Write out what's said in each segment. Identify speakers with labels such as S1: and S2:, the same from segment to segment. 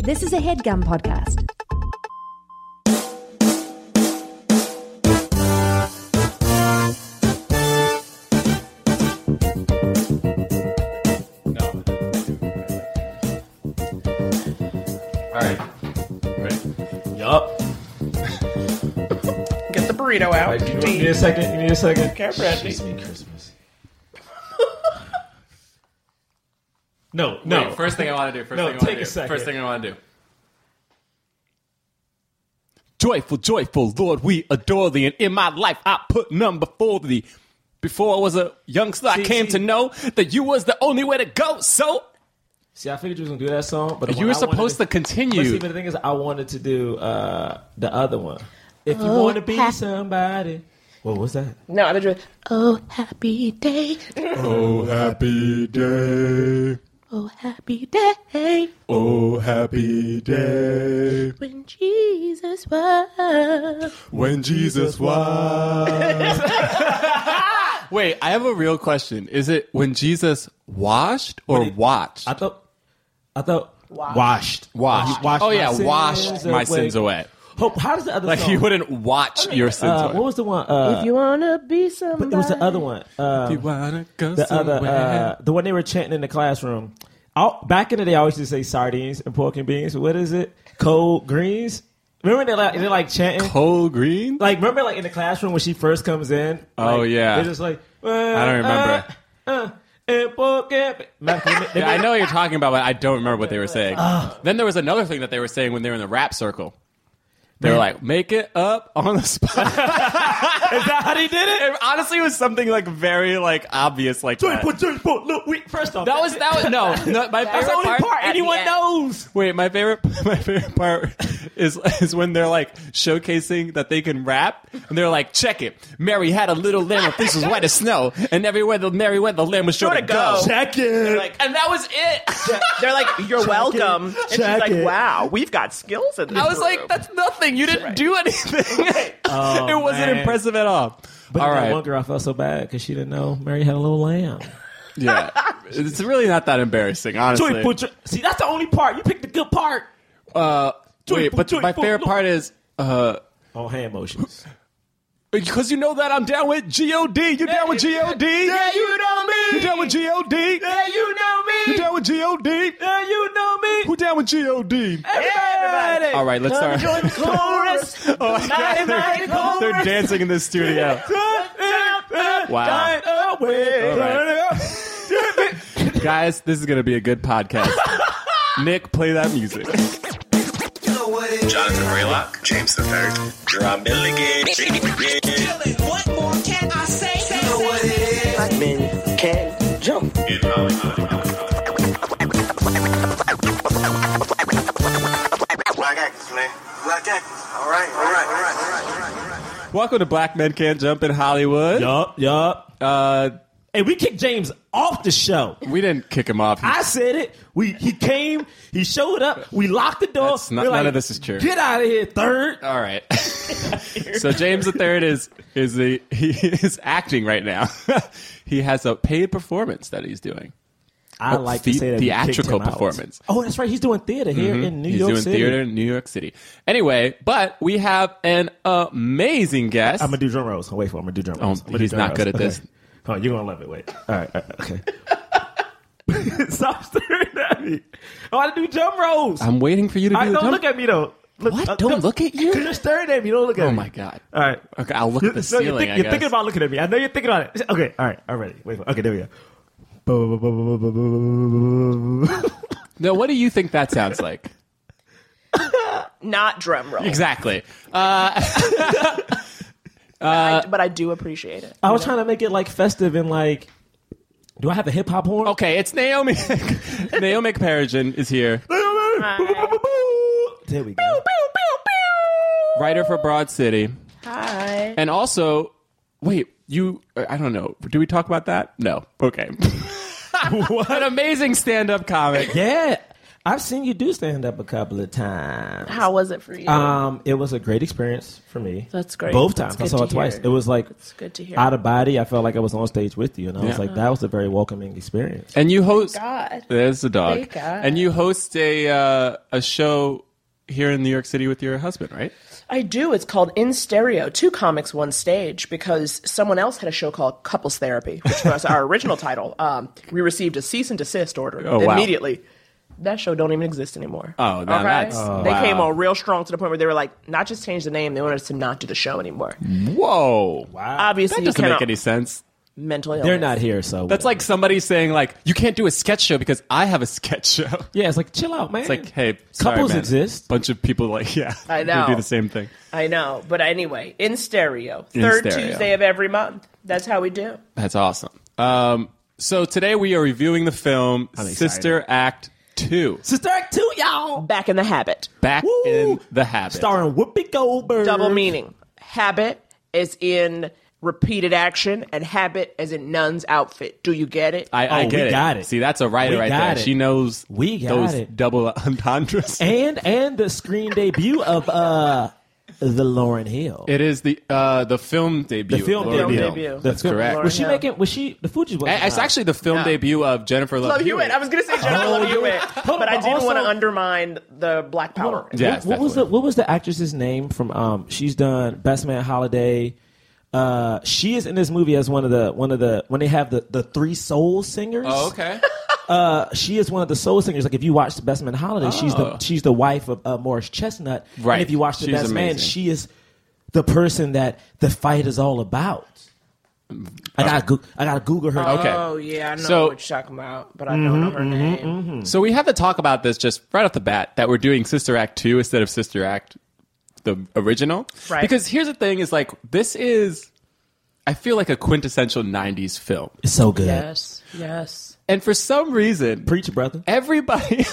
S1: This is a headgum podcast.
S2: No. Alright.
S3: Yup.
S4: Get the burrito out.
S2: You
S4: Dean.
S2: need a second. You need a second.
S4: Care, Bradley.
S2: She's me Christmas.
S3: No,
S5: No.
S3: no.
S5: first thing I want to do. First
S3: No,
S5: thing I want
S3: take
S5: to
S3: a
S5: do.
S3: second.
S5: First thing I want to do.
S3: Joyful, joyful, Lord, we adore thee. And in my life, I put none before thee. Before I was a youngster, I came to know that you was the only way to go. So
S2: See, I figured you was gonna do that song, but
S3: you were
S2: I wanted
S3: supposed to continue.
S2: But see, but the thing is, I wanted to do uh, the other one. If you
S6: Oh,
S2: want to be
S6: ha-
S2: somebody, what was that?
S4: No, I thought you were-
S6: Oh, happy day.
S7: Oh, happy day.
S6: Oh, happy day
S7: Oh, happy day.
S6: when Jesus was.
S7: When Jesus was.
S3: Wait, I have a real question. Is it when Jesus washed or
S2: he-
S3: watched?
S2: I thought. I thought.
S7: Washed.
S3: washed.
S7: washed
S3: Oh
S7: my
S3: yeah,
S2: sins
S3: washed my
S2: away.
S3: sins away.
S2: Ho- How does the other
S3: Like
S2: song?
S3: he wouldn't watch your sins
S2: uh,
S3: away.
S2: what was the one? Uh,
S4: If you wanna be somebody,
S2: it was the other one. Uh,
S3: you wanna go
S2: the other, uh, the one they were chanting in the classroom. i back in the day, I always used to say sardines and pork and beans. What is it? Cold greens. Remember they like they like chanting.
S3: Whole green?
S2: like remember like in the classroom when she first comes in.
S3: Oh,
S2: Like,
S3: yeah.
S2: they're just like
S3: I don't remember.
S2: Uh, uh, and pork and be-" Man, they made- they
S3: Yeah, I
S2: made-
S3: know what you're talking about, but I don't remember what they were saying.
S2: Ah.
S3: then there was another thing that they were saying when they were in the rap circle. They were like, "Make it up on the spot." Is that how they did it? honestly, it was something like very like obvious, like that.
S2: Put your foot, look, we- first off,
S3: That was that was no, no my
S2: that's
S3: favorite
S2: the only part,
S4: at the
S2: anyone
S4: end.
S2: knows.
S3: Wait, my favorite my favorite part is is when they're like showcasing that they can rap and they're like, check it. Mary had a little lamb, this was white as snow, and everywhere the Mary went, the lamb was sure,
S4: Sure
S3: to,
S4: to
S3: go.
S4: go.
S7: Check it.
S4: like,
S3: And that was it.
S4: they're like, "You're welcome," and she's
S7: Check
S4: like,
S7: it.
S4: "Wow, we've got skills in this."
S3: I was like,
S4: group."
S3: that's nothing. You didn't do anything. it wasn't
S2: man.
S3: impressive at all.
S2: But
S3: all
S2: that
S3: right.
S2: one girl, I felt so bad because she didn't know Mary had a little lamb.
S3: Yeah. It's really not that embarrassing, honestly.
S2: Joy, put your- See, that's the only part. You picked the good part.
S3: Uh, wait, but
S2: joy,
S3: my
S2: fool,
S3: favorite
S2: look.
S3: part is uh,
S2: Oh, hand motions.
S3: Because you know that I'm down with G-O-D. You're down with G-O-D. Yeah, you know me. You're down with G-O-D. Yeah, you know me. You're down with G-O-D. Yeah, you know me. Who down with G-O-D?
S4: Everybody,
S3: All right, let's start.
S4: join the chorus.
S3: Oh, my God,
S4: Mighty, mighty
S3: they're, they're
S4: chorus.
S3: dancing in the studio. Wow. All right. Guys, this is going to be a good podcast. Nick, play that music.
S8: Jonathan Raylock, James the Third, Drum Milligan.
S9: What more can I say?
S8: Black actors, man. Black actors. All right, all right, all right, all right, all right.
S3: Welcome to Black Men Can't Jump in Hollywood.
S2: Yup, yup.
S3: Uh,
S2: Hey, we kicked James off the show.
S3: we didn't kick him off.
S2: I said it. We he came. He showed up. We locked the door.
S3: That's not-
S2: We're
S3: none of this is true.
S2: Get out of here, third.
S3: All right. so James the Third is is the he is acting right now. he has a paid performance that he's doing.
S2: I like to
S3: Oh, the-
S2: say that we kicked
S3: theatrical
S2: him out.
S3: performance. Mm-hmm.
S2: Oh, that's right. He's doing theater here in New
S3: he's
S2: York
S3: doing
S2: City.
S3: theater in New York City. Anyway, but we have an amazing guest.
S2: I'm gonna do drum rolls. Wait for. It. I'm gonna do drum rolls. I'm gonna do
S3: Oh, he's
S2: drum
S3: not good at this.
S2: Okay. Oh, you're gonna love it. Wait. All right. all right, okay. Stop staring at me. Oh, I want to do drum rolls.
S3: I'm waiting for you to do
S2: All right,
S3: the
S2: don't
S3: drum-
S2: look at me though. Look, uh,
S3: What? Don't look at you?
S2: You're staring at me. Don't look at me.
S3: Oh my god.
S2: All right.
S3: Okay, I'll look at the
S2: so
S3: ceiling.
S2: You're, think-
S3: I
S2: you're
S3: guess.
S2: thinking about looking at me. I know you're thinking about it. Okay. All right. All right. Wait. For, okay. There we go.
S3: No, what do you think that sounds like?
S4: Not drum roll,
S3: exactly. Uh,
S4: I- but I do appreciate it.
S2: I was trying to make it like festive and like. Do I have a hip hop horn?
S3: Okay, it's Naomi. Naomi Perigin is here,
S2: There we go.
S3: writer for Broad City,
S4: Hi.
S3: and also, wait, you? I don't know. Do we talk about that? No. Okay. what an amazing stand-up comic.
S2: Yeah. I've seen you do stand up a couple of times.
S4: How was it for you?
S2: Um, it was a great experience for me.
S4: That's great.
S2: Both times.
S4: That's
S2: I
S4: good
S2: saw
S4: to
S2: it twice.
S4: hear.
S2: It was like
S4: That's good to hear.
S2: out of body. I felt like I was on stage with you, and I was
S3: Yeah.
S2: like, that was a very welcoming experience.
S3: And you host.
S4: Oh God.
S3: There's the dog.
S4: Thank God.
S3: And you host a uh, a show here in New York City with your husband, right?
S4: I do. It's called In Stereo, Two Comics, One Stage, because someone else had a show called Couples Therapy, which was our original title. Um, we received a cease and desist order
S3: Oh, wow.
S4: immediately. That show don't even exist anymore.
S3: Oh, now that's- oh,
S4: they
S3: wow.
S4: came on real strong to the point where they were like, not just change the name, they wanted us to not do the show anymore.
S3: Whoa! Wow.
S4: Obviously,
S3: That
S4: you
S3: doesn't make
S4: cannot-
S3: any sense.
S4: mental illness.
S2: They're not here, so
S3: That's like somebody saying like you can't do a sketch show because I have a sketch show.
S2: yeah. It's like chill out, man.
S3: It's like hey, sorry,
S2: couples
S3: man.
S2: exist.
S3: Bunch of people like yeah,
S4: I
S3: they
S4: know.
S3: do the same thing.
S4: I know, but anyway, in stereo, third
S3: stereo.
S4: Tuesday of every month. That's how we do.
S3: That's awesome. Um, so today we are reviewing the film
S2: excited.
S3: Sister Act Two,
S2: Sister Act Two, y'all.
S4: Back in the habit.
S3: Back
S2: Woo!
S3: in the Habit.
S2: Starring Whoopi Goldberg.
S4: Double meaning. Habit is in repeated action, and habit is in nun's outfit. Do you get it?
S3: I, I
S2: Oh,
S3: get
S2: we
S3: it.
S2: got it.
S3: See, that's a writer
S2: We
S3: right
S2: got
S3: there.
S2: it.
S3: She knows
S2: We got
S3: those
S2: it.
S3: double entendres.
S2: and and the screen debut of uh the Lauren Hill.
S3: It is the uh, the film debut.
S2: the film
S3: Laura
S2: debut.
S3: Dern.
S4: debut.
S2: The
S3: That's
S2: film-
S3: correct.
S2: Was she
S4: Lauren
S2: making? Was she the Fuji's?
S3: A- It's actually the film debut of Jennifer Love,
S4: love Hewitt. I was going to say Jennifer
S2: Oh,
S4: Love
S2: yeah.
S4: Hewitt,
S2: Hold on,
S4: but I
S2: but
S4: didn't want to
S2: also-
S4: undermine the Black Power.
S3: Yes,
S2: what, what was
S3: definitely.
S2: the What was the actress's name from? Um, she's done Best Man Holiday. Uh, she is in this movie as one of the one of the when they have the the three soul singers.
S3: Oh, okay.
S2: She is one of the soul singers. Like if you watch the Best Man Holiday, she's the
S3: Oh.
S2: she's the wife of uh, Morris Chestnut.
S3: Right.
S2: And if you watch the
S3: She's
S2: Best Man,
S3: amazing.
S2: she is the person that the fight is all about. I got to I got to Google her.
S3: Okay.
S4: Oh yeah, I know
S3: So-
S4: what you're talking about, but I don't know her name.
S3: so we have to talk about this just right off the bat that we're doing Sister Act 2 instead of Sister Act the original.
S4: Right.
S3: Because here's the thing is like this is I feel like a quintessential 90s film.
S2: It's so good.
S4: Yes, yes.
S3: And for some reason
S2: Preach, brother.
S3: everybody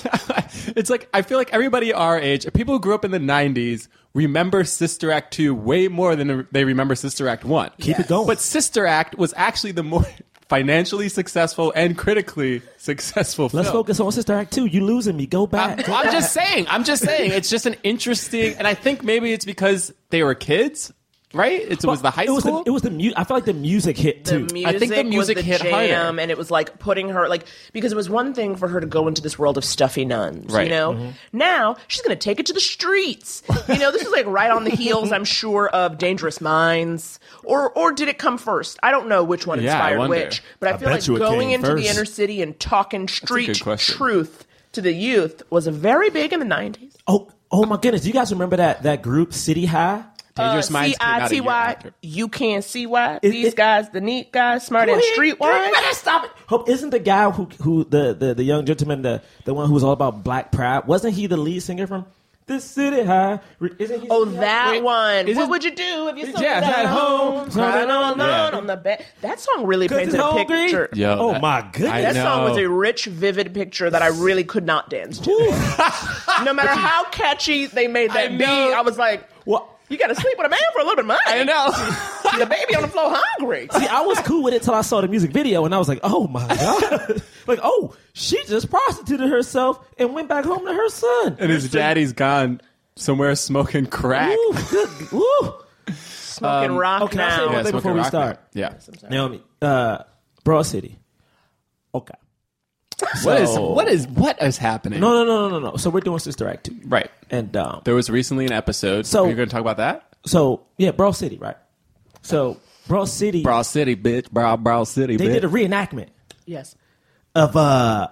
S3: it's like I feel like everybody our age, people who grew up in the 90s remember Sister Act 2 way more than they remember Sister Act 1.
S2: Keep it going.
S3: But Sister Act was actually the more financially successful and critically successful
S2: Let's
S3: film.
S2: focus on Sister Act 2. You losing me. Go
S3: I'm,
S2: back. Go
S3: I'm
S2: back.
S3: just saying. I'm just saying. It's just an interesting, and I think maybe it's because they were kids, right? It was the high
S2: it was
S3: school.
S2: The, it was the mu- I feel like the music hit
S4: The
S2: too.
S4: music,
S3: I think the music
S4: was the
S3: hit
S4: jam,
S3: harder.
S4: and it was like putting her like because it was one thing for her to go into this world of stuffy nuns,
S3: Right. Mm-hmm.
S4: you know. Now she's gonna take it to the streets. You know, this is like right on the heels, I'm sure, of Dangerous Minds, or or did it come first? I don't know which one
S3: Yeah, I
S4: inspired
S3: wonder.
S4: which, but I, feel
S2: bet
S4: like
S2: you it
S4: going
S2: came
S4: into the
S2: first.
S4: inner city and talking street
S3: good question.
S4: truth to the youth was very big in the nineties.
S2: Oh, oh my goodness! You guys remember that that group City High?
S3: Dangerous
S4: C
S3: Minds came
S4: Uh,
S3: out
S4: I
S3: a
S4: T
S3: year
S4: Y.
S3: after.
S4: You can't see why
S2: It-
S4: these
S2: it-
S4: guys, the neat guys, smart and streetwise.
S2: Man, Stop it! Hope isn't the guy who who the, the the young gentleman the the one who was all about Black Pride? Wasn't he the lead singer from the City High? Re- Isn't he?
S4: Oh,
S2: City High?
S4: that one.
S3: is
S4: What
S3: it-
S4: would you do if you saw
S3: Yeah,
S4: that at
S3: at home,
S4: home,
S2: crying
S4: crying all
S3: Yeah.
S4: alone on the bed? That song really
S2: 'Cause
S4: painted
S2: it's
S4: a
S2: hungry.
S4: picture.
S3: Yo,
S2: Oh
S3: that-
S2: my
S3: I
S2: goodness!
S4: That song was
S3: know.
S4: a rich, vivid picture that I really could not dance to. no matter how catchy they made
S3: I
S4: that beat,
S3: know.
S4: I was like,
S2: Well,
S4: you got to sleep with a man for a little bit of money.
S3: I know.
S4: The baby on the floor hungry.
S2: see, I was cool with it till I saw the music video, and I was like, "Oh my god!" like, "Oh, she just prostituted herself and went back home to her son."
S3: and his daddy's gone somewhere smoking crack.
S2: Ooh, good. Ooh.
S4: Smoking rock
S2: okay, I'll say
S4: now.
S2: one thing before
S3: smoking
S2: we
S3: rock.
S2: start.
S3: Yeah.
S2: Naomi, uh, Broad City. Okay.
S3: What is what is what is happening?
S2: No, no, no, no, no, no. So we're doing Sister Act two,
S3: Right.
S2: and um,
S3: There was recently an episode.
S2: So-
S3: So you're going to talk about that?
S2: so yeah, Broad City, right? So Broad City,
S3: Brow City, bitch. Brow Brow City,
S2: they
S3: bitch.
S2: did a reenactment
S4: Yes.
S2: of uh,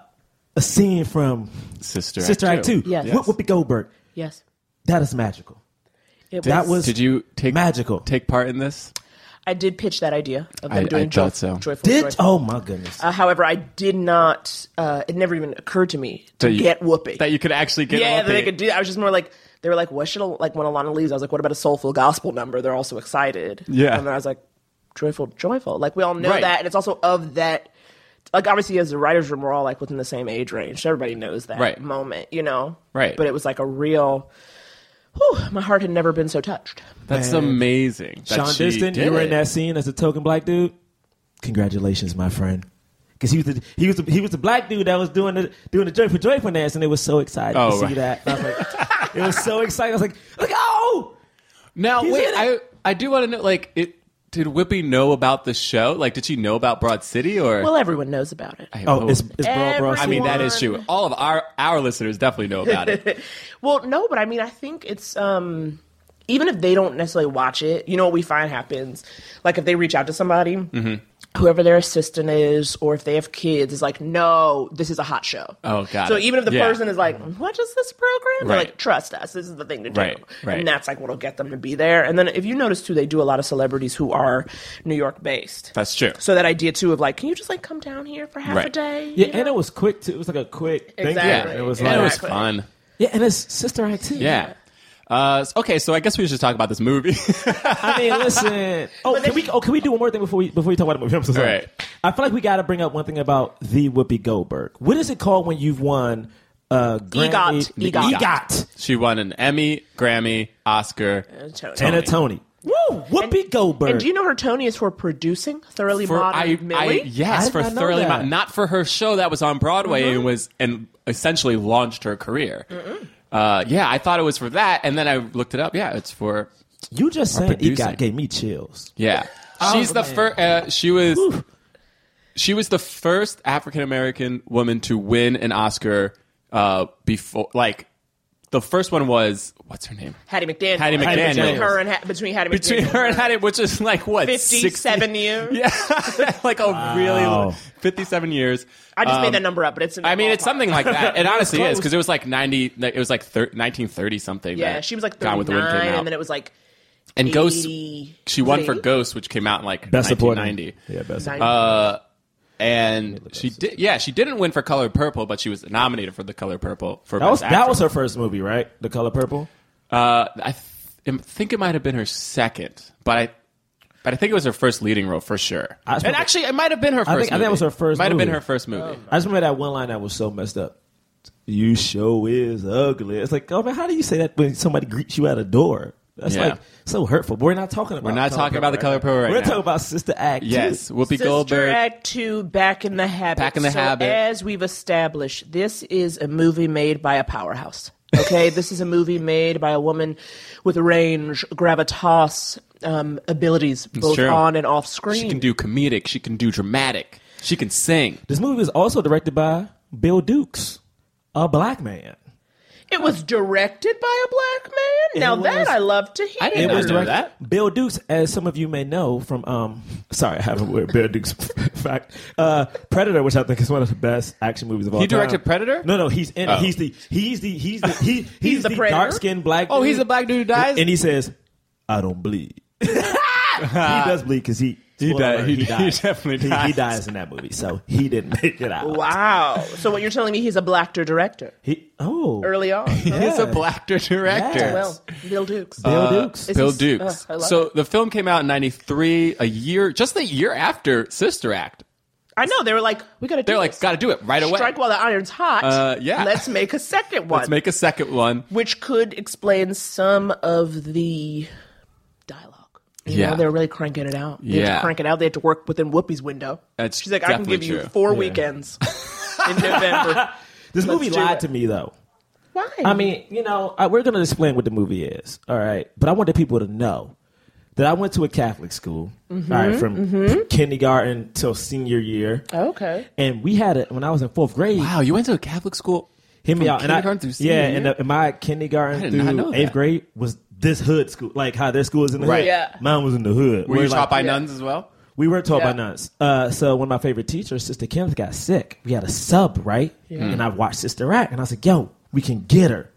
S2: a scene from
S3: Sister Act
S2: Sister Act two.
S4: Yes.
S2: Wh- Whoopi Goldberg.
S4: Yes.
S2: That is magical.
S4: It
S2: That was
S3: Did you take
S2: magical.
S3: Take part in this?
S4: I did pitch that idea of them
S3: I-
S4: doing
S3: I
S4: joy-
S3: thought so.
S4: joyful.
S2: did
S4: Joyful.
S2: oh my goodness.
S4: Uh, however, I did not. Uh, it never even occurred to me to
S3: That you-
S4: get Whoopi.
S3: That you could actually get.
S4: yeah,
S3: Whoopi.
S4: that they could do. that. I was just more like they were like, "What should a, like when Alana leaves?" I was like, "What about a soulful gospel number?" They're all so excited.
S3: Yeah.
S4: and then I was like, "Joyful, joyful." Like we all know
S3: Right.
S4: that, and it's also of that. Like obviously, as the writers' room, we're all like within the same age range. So everybody knows that
S3: Right.
S4: moment, you know.
S3: Right.
S4: But it was like a real. Whew, my heart had never been so touched.
S3: That's
S2: Man.
S3: amazing. that
S2: Sean
S3: she
S2: Diston,
S3: did
S2: you were
S3: it.
S2: in that scene as a token black dude. Congratulations, my friend. because he was the, he was the, he was the black dude that was doing the doing the joint for joint finance, and it was so excited
S3: Oh,
S2: to see
S3: right.
S2: that. And I was like, it was so exciting. I was like, look, oh,
S3: Now,
S2: He's
S3: wait,
S2: in
S3: I
S2: it.
S3: I do want to know, like, it did Whippy know about the show? Like, did she know about Broad City or?
S4: Well, everyone knows about it.
S3: I
S2: oh,
S3: hope.
S2: it's it's bro, bro.
S3: I mean, that is
S4: everyone-
S3: true. All of our our listeners definitely know about it.
S4: Well, no, but I mean, I think it's um, even if they don't necessarily watch it, you know what we find happens? Like if they reach out to somebody,
S3: Mm-hmm.
S4: whoever their assistant is, or if they have kids, is like, no, this is a hot show.
S3: Oh, got
S4: So
S3: it.
S4: even if the
S3: Yeah.
S4: person is like, what is this program? They're
S3: Right.
S4: like, trust us, this is the thing to do.
S3: Right, right.
S4: And that's like what'll get them to be there. And then if you notice too, they do a lot of celebrities who are New York based.
S3: That's true.
S4: so that idea too of like, can you just like come down here for half a
S3: Right.
S4: day?
S2: Yeah, and it was quick too. It was like a quick thing.
S3: yeah,
S4: Exactly.
S2: It was
S3: and
S2: like
S3: it was
S4: Exactly.
S3: fun.
S2: yeah, and it's sister act too.
S3: Yeah. Uh, okay, so I guess we should talk about this movie.
S2: I mean, listen. Oh, can we? Oh, can we do one more thing before we before we talk about the movie? I'm so sorry.
S3: All right.
S2: I feel like we got to bring up one thing about the Whoopi Goldberg. What is it called when you've won? Uh, Grammy,
S4: EGOT. EGOT.
S2: EGOT.
S3: she won an Emmy, Grammy, Oscar.
S4: Tony.
S2: and a Tony. Woo! Whoopi Goldberg.
S4: And do you know her Tony is for producing Thoroughly
S3: For
S4: Modern
S3: I,
S4: Millie?
S3: I-
S2: I
S3: yes,
S2: did
S3: for
S2: not know
S3: thoroughly
S2: that.
S3: Mo- not for her show that was on Broadway
S4: Mm-hmm.
S3: and was and essentially launched her career. Uh, yeah, I thought it was for that, and then I looked it up. Yeah, it's for
S2: You just saying
S3: producing.
S2: EGOT gave me chills.
S3: Yeah.
S4: Oh,
S3: She's the first. Uh, she was. She was the first African American woman to win an Oscar. Uh, before, like, the first one was what's her name?
S4: Hattie McDaniel.
S3: Hattie McDaniel.
S4: Between her and Ha- between Hattie
S3: Between
S4: McDaniel.
S3: her and Hattie, which is like what
S4: 57
S3: 60
S4: years.
S3: Yeah, like a really long- fifty-seven years.
S4: I just
S3: Um,
S4: made that number up, but it's. in the
S3: I mean, it's
S4: ballpark.
S3: something like that. It honestly
S2: close.
S3: is because it was like ninety. like, It was like thir- nineteen thirty something.
S4: Yeah,
S3: that
S4: she was like
S3: Gone with the Wind
S4: 39,
S3: came out.
S4: and then it was like
S3: and
S4: 80,
S3: Ghost. She won
S4: was it
S3: for
S4: 80?
S3: Ghost, uh, which came out in like
S2: Best
S3: nineteen
S2: supporting.
S3: ninety.
S2: Yeah, best. supporting.
S3: Uh, and she did. Yeah, she didn't win for Color Purple, but she was nominated for the Color Purple for
S2: That was
S3: Best
S2: that was
S3: Actress.
S2: her first movie, right? The Color Purple.
S3: Uh, I th- think it might have been her second, but I. But I think it was her first leading role for sure.
S2: I just
S3: and
S2: remember-
S3: actually, it might have been her first.
S2: I think- I think it
S3: movie.
S2: was her first
S3: Might have been
S2: movie.
S3: her first
S4: Oh.
S3: movie.
S2: I just remember that one line that was so messed up. You show is ugly. It's like, oh man, how do you say that when somebody greets you at a door? That's
S3: Yeah.
S2: like so hurtful. But we're not talking about.
S3: We're not talking about the color purple right
S2: We're
S3: now.
S2: talking about Sister Act.
S3: yes,
S2: too.
S3: Whoopi
S4: Sister
S3: Goldberg.
S4: Act Two, Back in the Habit.
S3: Back in the
S4: So
S3: Habit.
S4: As we've established, this is a movie made by a powerhouse. Okay, this is a movie made by a woman with range, gravitas, um, abilities, both
S3: true.
S4: on and off screen.
S3: she can do comedic. She can do dramatic. She can sing.
S2: This movie was also directed by Bill Dukes, a black man.
S4: It was directed by a black man. Now
S2: was-
S4: that I love to hear.
S3: I didn't
S2: It
S3: know
S2: was
S3: direct-
S2: directed Bill Dukes, as some of you may know from um, sorry, I have a weird Bill Dukes fact. Uh, Predator, which I think is one of the best action movies of all
S3: He
S2: time.
S3: directed Predator? Oh.
S2: No, no, he's in. it. He's the he's the he's the he, he's,
S4: the
S2: the
S4: Predator?
S2: dark skinned black.
S3: Oh, he's
S2: dude.
S3: a black dude who dies.
S2: and he says, "I don't bleed." he does bleed because he spoiler
S3: di-
S2: alert,
S3: he- he
S2: dies.
S3: definitely
S2: He- He,
S3: dies.
S2: dies in that movie, so he didn't make it out.
S4: Wow. So what you're telling me? He's a black director.
S2: He, oh,
S4: Early on.
S3: He's a black director.
S2: Yes.
S4: Well, Bill Dukes.
S2: Bill Dukes.
S4: uh, Is
S3: Bill
S4: this-
S3: Dukes.
S4: uh, I love
S3: so
S4: it.
S3: the film came out in '93, a year, just the year after Sister Act.
S4: I know they were like, we gotta.
S3: They're
S4: do
S3: like,
S4: this.
S3: got to do it right away.
S4: strike while the iron's hot.
S3: Uh, yeah.
S4: Let's make a second one.
S3: Let's make a second one.
S4: which could explain some of the dialogue. You
S3: Yeah.
S4: know, they're really cranking it out. They have
S3: Yeah.
S4: to crank it out. They have to work within Whoopi's window.
S3: That's
S4: She's like, I can
S3: definitely
S4: give you
S3: true.
S4: four weekends in November.
S2: this movie
S4: do
S2: lied
S4: it.
S2: to me though.
S4: Why?
S2: I mean, you know, I, we're going to explain what the movie is, all right? But I wanted people to know that I went to a Catholic school, all
S4: Mm-hmm,
S2: right, from kindergarten till senior year.
S4: okay.
S2: And we had it when I was in fourth grade.
S3: Wow, you went to a Catholic school.
S2: Hit me
S3: From
S2: out. And I-
S3: kindergarten through senior
S2: yeah,
S3: year?
S2: and, uh, and my kindergarten
S3: I did not know
S2: through
S3: that.
S2: eighth grade was this hood school, like how their school is in the
S3: Right.
S2: hood.
S4: Yeah.
S2: Mine was in the hood.
S3: Were
S2: We're
S3: you
S2: like-
S3: taught by nuns as well?
S2: We were taught by
S4: Yeah.
S2: nuns. Uh, so when my favorite teacher, Sister Kim, got sick, we had a sub, right? And I watched Sister Act, and I was like, "Yo, we can get her.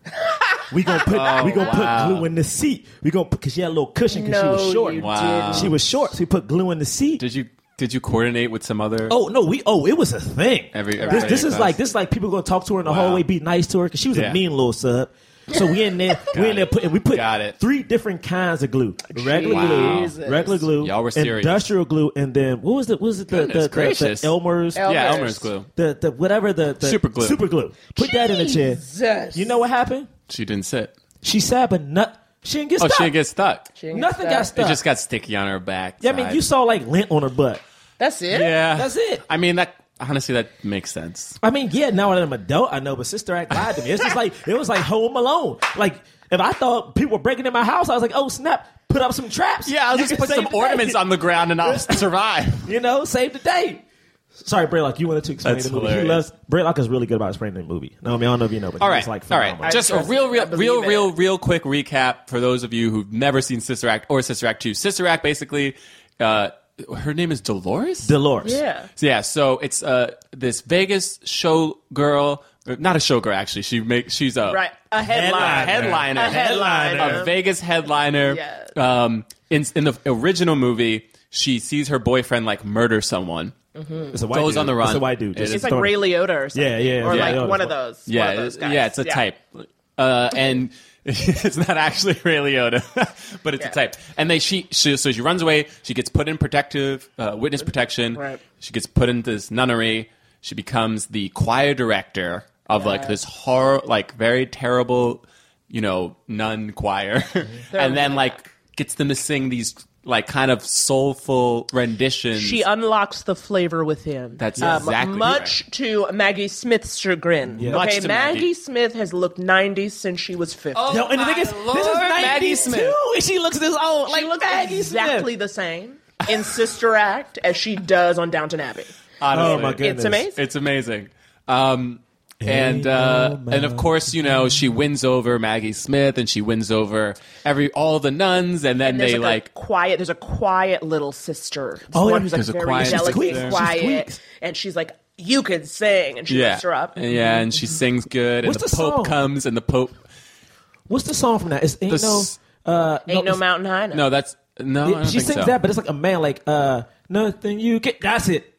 S2: we gonna put we gonna
S3: Oh,
S2: put glue in the seat. We gonna because she had a little cushion because she
S4: No,
S2: was short.
S4: you
S3: Wow.
S2: She was short, so we put glue in the seat.
S3: Did you did you coordinate with some other?
S2: Oh no, we oh it was a thing.
S3: Every- every
S2: this
S3: day
S2: this
S3: in
S2: is
S3: class.
S2: like this is like people gonna talk to her in the
S3: Wow.
S2: hallway, be nice to her because she was
S3: Yeah.
S2: a mean little sub. So we in there, we in
S3: Got
S2: there
S3: it.
S2: putting we put
S3: Got it.
S2: three different kinds of glue: regular glue,
S4: Jesus.
S2: regular glue,
S3: Y'all were serious.
S2: industrial glue, and then what was it? What was it the the,
S3: Goodness
S2: the, the
S3: gracious.
S2: Elmer's?
S3: yeah,
S4: Elmer's.
S3: Elmer's glue.
S2: The, the whatever the, the
S3: Super glue.
S2: super glue put that in the chair.
S4: Jesus.
S2: You know what happened?
S3: She didn't sit.
S2: She sat, but not she didn't get
S3: Oh,
S2: stuck.
S3: she didn't get stuck.
S2: Nothing got
S3: It
S2: stuck.
S3: just got sticky on her back.
S2: Yeah, I mean, you saw like lint on her butt.
S4: That's it.
S3: Yeah,
S2: That's it.
S3: I mean that honestly, that makes sense.
S2: I mean, yeah, now that I'm an adult, I know, but Sister Act lied to me. It's just like it was like Home Alone. Like if I thought people were breaking in my house, I was like, oh snap, put up some traps.
S3: Yeah,
S2: You
S3: I'll just
S2: can
S3: put
S2: save
S3: some
S2: the day.
S3: ornaments on the ground and I'll survive.
S2: You know, save the day. Sorry, Braylock, you wanted to explain
S3: That's
S2: the movie. He
S3: hilarious.
S2: loves Braylock is really good about explaining the movie. No, I mean I don't know if you know, but
S3: All
S2: he's
S3: right,
S2: like
S3: all
S2: phenomenal.
S3: right. Just a
S4: trust
S3: real,
S4: it.
S3: real,
S4: I believe
S3: real,
S4: it.
S3: real, real quick recap for those of you who've never seen Sister Act or Sister Act Two. Sister Act, basically, uh, her name is Dolores.
S2: Dolores.
S4: Yeah.
S3: So, yeah, so it's uh, this Vegas showgirl, or not a showgirl actually. She makes she's a
S4: Right. A headline.
S3: a headliner,
S4: A headliner.
S3: a Vegas headliner.
S4: Yes.
S3: Um, in in the original movie, she sees her boyfriend like murder someone.
S2: It's a white
S3: Goes
S2: dude.
S3: on the run.
S2: It's a white dude.
S3: It is.
S4: It's like Ray Liotta or something.
S2: Yeah, yeah,
S4: Or
S2: yeah.
S4: like
S2: Yeah.
S4: one of those. one
S3: Yeah,
S4: of those
S3: it-
S4: guys.
S3: yeah, it's a type, uh, and it's not actually Ray Liotta, but it's
S4: Yeah.
S3: a type. And they she, she so she runs away. She gets put in protective uh, witness protection.
S4: Right.
S3: She gets put into this nunnery. She becomes the choir director of like this horror, like very terrible, you know, nun choir, and then like gets them to sing these like kind of soulful renditions.
S4: She unlocks the flavor within. Um,
S3: That's exactly
S4: much
S3: right.
S4: to Maggie Smith's chagrin.
S3: Much
S4: Okay,
S3: to
S4: Maggie.
S3: Maggie.
S4: Smith has looked 90 since she was 50.
S3: Oh,
S2: Yo, and the thing
S3: my
S2: is, this is
S3: Lord, Maggie
S2: 92,
S3: Smith.
S2: and she looks this old. Like
S4: she looks
S2: Maggie
S4: exactly
S2: Smith.
S4: the same in Sister Act as she does on Downton Abbey.
S3: Honestly.
S2: Oh my goodness.
S4: It's amazing.
S3: It's amazing. Um, and uh,
S2: oh,
S3: and of course, you know, she wins over Maggie Smith, and she wins over every all the nuns, and then
S4: There's
S3: they
S4: a
S3: like.
S4: quiet. There's a quiet little sister. There's
S2: Oh,
S4: one
S2: yeah.
S4: who's like
S3: There's a
S4: very
S3: quiet- she
S4: delicately
S3: squeaks. She
S4: quiet,
S2: squeaks.
S4: and she's like, "You can sing," and she
S3: yeah,
S4: lifts her up.
S3: And yeah, and she sings good, and
S2: Mm-hmm. What's
S3: the
S2: the
S3: Pope
S2: song?
S3: comes, and the Pope.
S2: What's the song from that? It's ain't
S3: The
S2: no
S3: s-
S2: uh
S4: Ain't no
S2: it's-
S4: mountain high. enough.
S3: No, that's no. I
S2: Yeah,
S3: don't
S2: she
S3: think
S2: sings
S3: so.
S2: that, but it's like a man, like uh, nothing you can. That's it.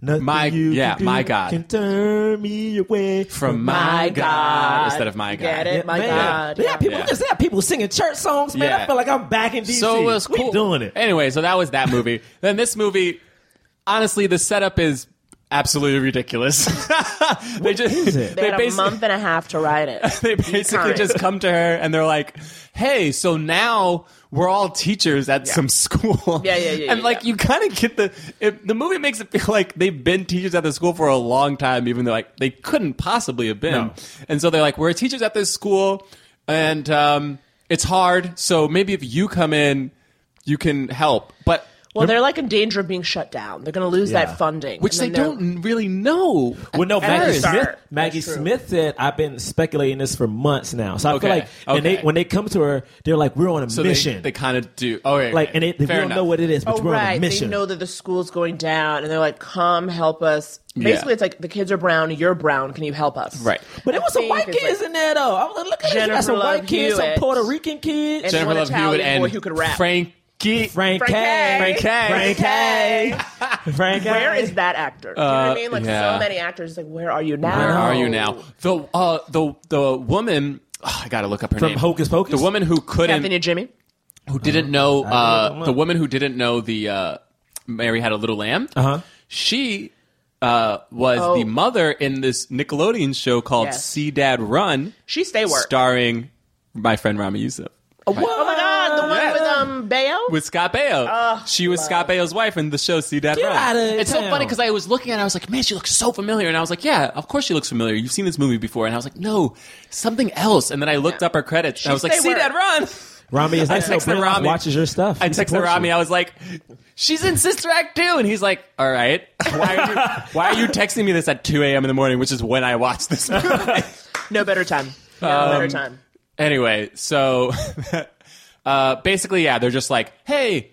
S2: Nothing
S3: My-
S2: you
S3: yeah,
S2: can do
S3: my God.
S2: can turn me away
S3: from my God instead of my
S4: You
S3: God.
S4: get it? My
S2: man.
S4: God,
S2: Yeah,
S4: yeah.
S2: people
S3: Yeah.
S2: just yeah, people singing church songs, man.
S3: Yeah.
S2: I feel like I'm back in DC.
S3: So it was
S2: we
S3: cool.
S2: doing it.
S3: Anyway, so that was that movie. then this movie, honestly, the setup is absolutely ridiculous. they just
S2: is it?
S4: They, had a
S3: basi-
S4: month and a half to write it.
S3: they basically
S4: current.
S3: just come to her and they're like, "Hey, so now we're all teachers at some school."
S4: Yeah, yeah, yeah,
S3: And
S4: yeah,
S3: like
S4: yeah.
S3: you kind of get the it, the movie makes it feel like they've been teachers at the school for a long time, even though like they couldn't possibly have been.
S2: No.
S3: And so they're like, "We're teachers at this school, and um, it's hard. So maybe if you come in, you can help." But
S4: Well, they're like in danger of being shut down. They're going to lose
S2: Yeah.
S4: that funding,
S3: which they
S4: And then they're-
S3: don't really know.
S2: Well, no, Maggie
S4: first.
S2: Smith.
S4: That's
S2: Maggie
S4: true.
S2: Smith said, "I've been speculating this for months now." So I feel
S3: Okay,
S2: like, and they,
S3: okay.
S2: when they come to her, they're like, "We're on a
S3: So they,
S2: mission."
S3: they kind of do. Oh, yeah,
S2: like, and they, we
S3: fair
S2: don't
S3: enough.
S2: know what it is, but
S4: Oh,
S2: we're on a
S4: right. They
S2: mission.
S4: know that the school's going down, and they're like, "Come help us." Basically,
S3: Yeah.
S4: it's like the kids are brown. You're brown. Can you help us?
S3: Right.
S2: but it was some
S4: I
S2: white
S4: think it's
S2: kids
S4: like-
S2: in there though. I was like, "Look at this, you got
S4: Jennifer
S2: some
S4: Love
S2: white kids, some
S4: Hewitt.
S2: Puerto Rican kids."
S4: And-
S3: Jennifer
S4: one
S3: Love Hewitt
S4: Italian
S3: and
S4: boy who could rap.
S3: Frankie.
S2: Frank
S4: Frank
S2: K.
S4: K.
S3: Frank
S2: Frank K. Frank K.
S4: Where is that actor? Do you know what
S3: Uh,
S4: I mean? Like
S3: yeah.
S4: so many actors. it's Like, where are you now?
S3: Where are you now? The uh, the the woman. oh, I gotta look up her
S2: Oh. From
S3: name.
S2: Hocus Pocus?
S3: The woman who
S4: Anthony
S3: couldn't,
S4: Jimmy.
S3: who didn't know,
S2: I don't
S3: uh,
S2: know.
S3: the woman who didn't know the uh, Mary had a little lamb.
S2: Uh-huh.
S3: She uh, was
S4: Oh.
S3: the mother in this Nickelodeon show called
S4: Yes.
S3: See Dad Run,
S4: She stay work.
S3: starring my friend Rami Youssef.
S4: Oh my God, the one
S3: Yeah.
S4: with um Bayo.
S3: with Scott Baio. she was Scott Baio's wife in the show See That
S2: Get
S3: Run.
S2: outta
S3: Ah, it's so
S2: town.
S3: funny because I was looking at it, I was like, man, she looks so familiar. And I was like, yeah, of course she looks familiar. You've seen this movie before. And I was like, no, something else. And then I looked
S4: Yeah.
S3: up her credits and I was like,
S4: stay
S3: See
S4: work.
S3: That Run.
S2: Rami is nice.
S3: I texted
S2: so Brandon
S3: Rami.
S2: watches your stuff.
S3: I
S2: He
S3: texted
S2: supports
S3: Rami.
S2: you.
S3: I was like, she's in Sister Act 2. And he's like, all right, why are you, why are you texting me this at 2 a.m. in the morning, which is when I watch this movie?
S4: No better time. No
S3: Um,
S4: better time.
S3: anyway, so uh, basically, yeah, they're just like, "Hey,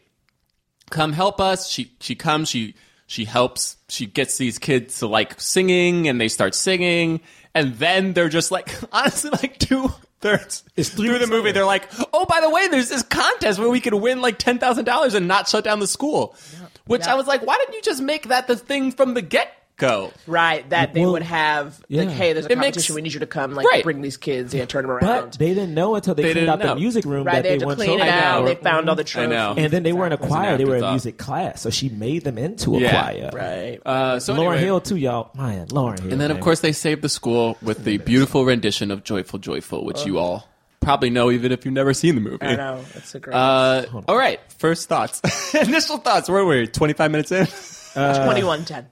S3: come help us." She she comes, she she helps, she gets these kids to like singing, and they start singing, and then they're just like, honestly, like two thirds
S2: It's three
S3: through the
S2: weeks
S3: movie,
S2: later.
S3: they're like, "Oh, by the way, there's this contest where we could win like ten thousand dollars and not shut down the school," which
S4: Yeah.
S3: I was like, "Why didn't you just make that the thing from the get go?"
S4: Right, that they
S2: Well,
S4: would have like,
S2: yeah.
S4: hey, there's a
S3: It makes-
S4: competition. we need you to come, like,
S3: Right.
S4: bring these kids, yeah, turn them around.
S2: But they didn't know until they,
S3: They
S2: cleaned
S3: didn't
S2: out
S3: know.
S2: the music room
S4: right,
S2: that
S4: they
S2: they,
S4: had to
S2: went
S4: clean it
S3: I know.
S4: out. They found all the
S3: I
S4: trophies.
S3: know.
S2: And then they weren't a
S3: an
S2: choir; they were a
S3: afterthought.
S2: music class, so she made them into a choir.
S3: Yeah.
S4: Right.
S3: Uh, so
S2: Lauren
S3: anyway.
S2: Hill too, y'all. Man, Lauren Hill.
S3: And then, of
S2: man.
S3: course, they saved the school with the beautiful rendition of "Joyful, Joyful," which you all probably know, even if you've never seen the movie.
S4: I know. It's a great.
S3: Uh, all right, first thoughts, initial thoughts. Where were we? Twenty-five minutes in.
S4: 2110.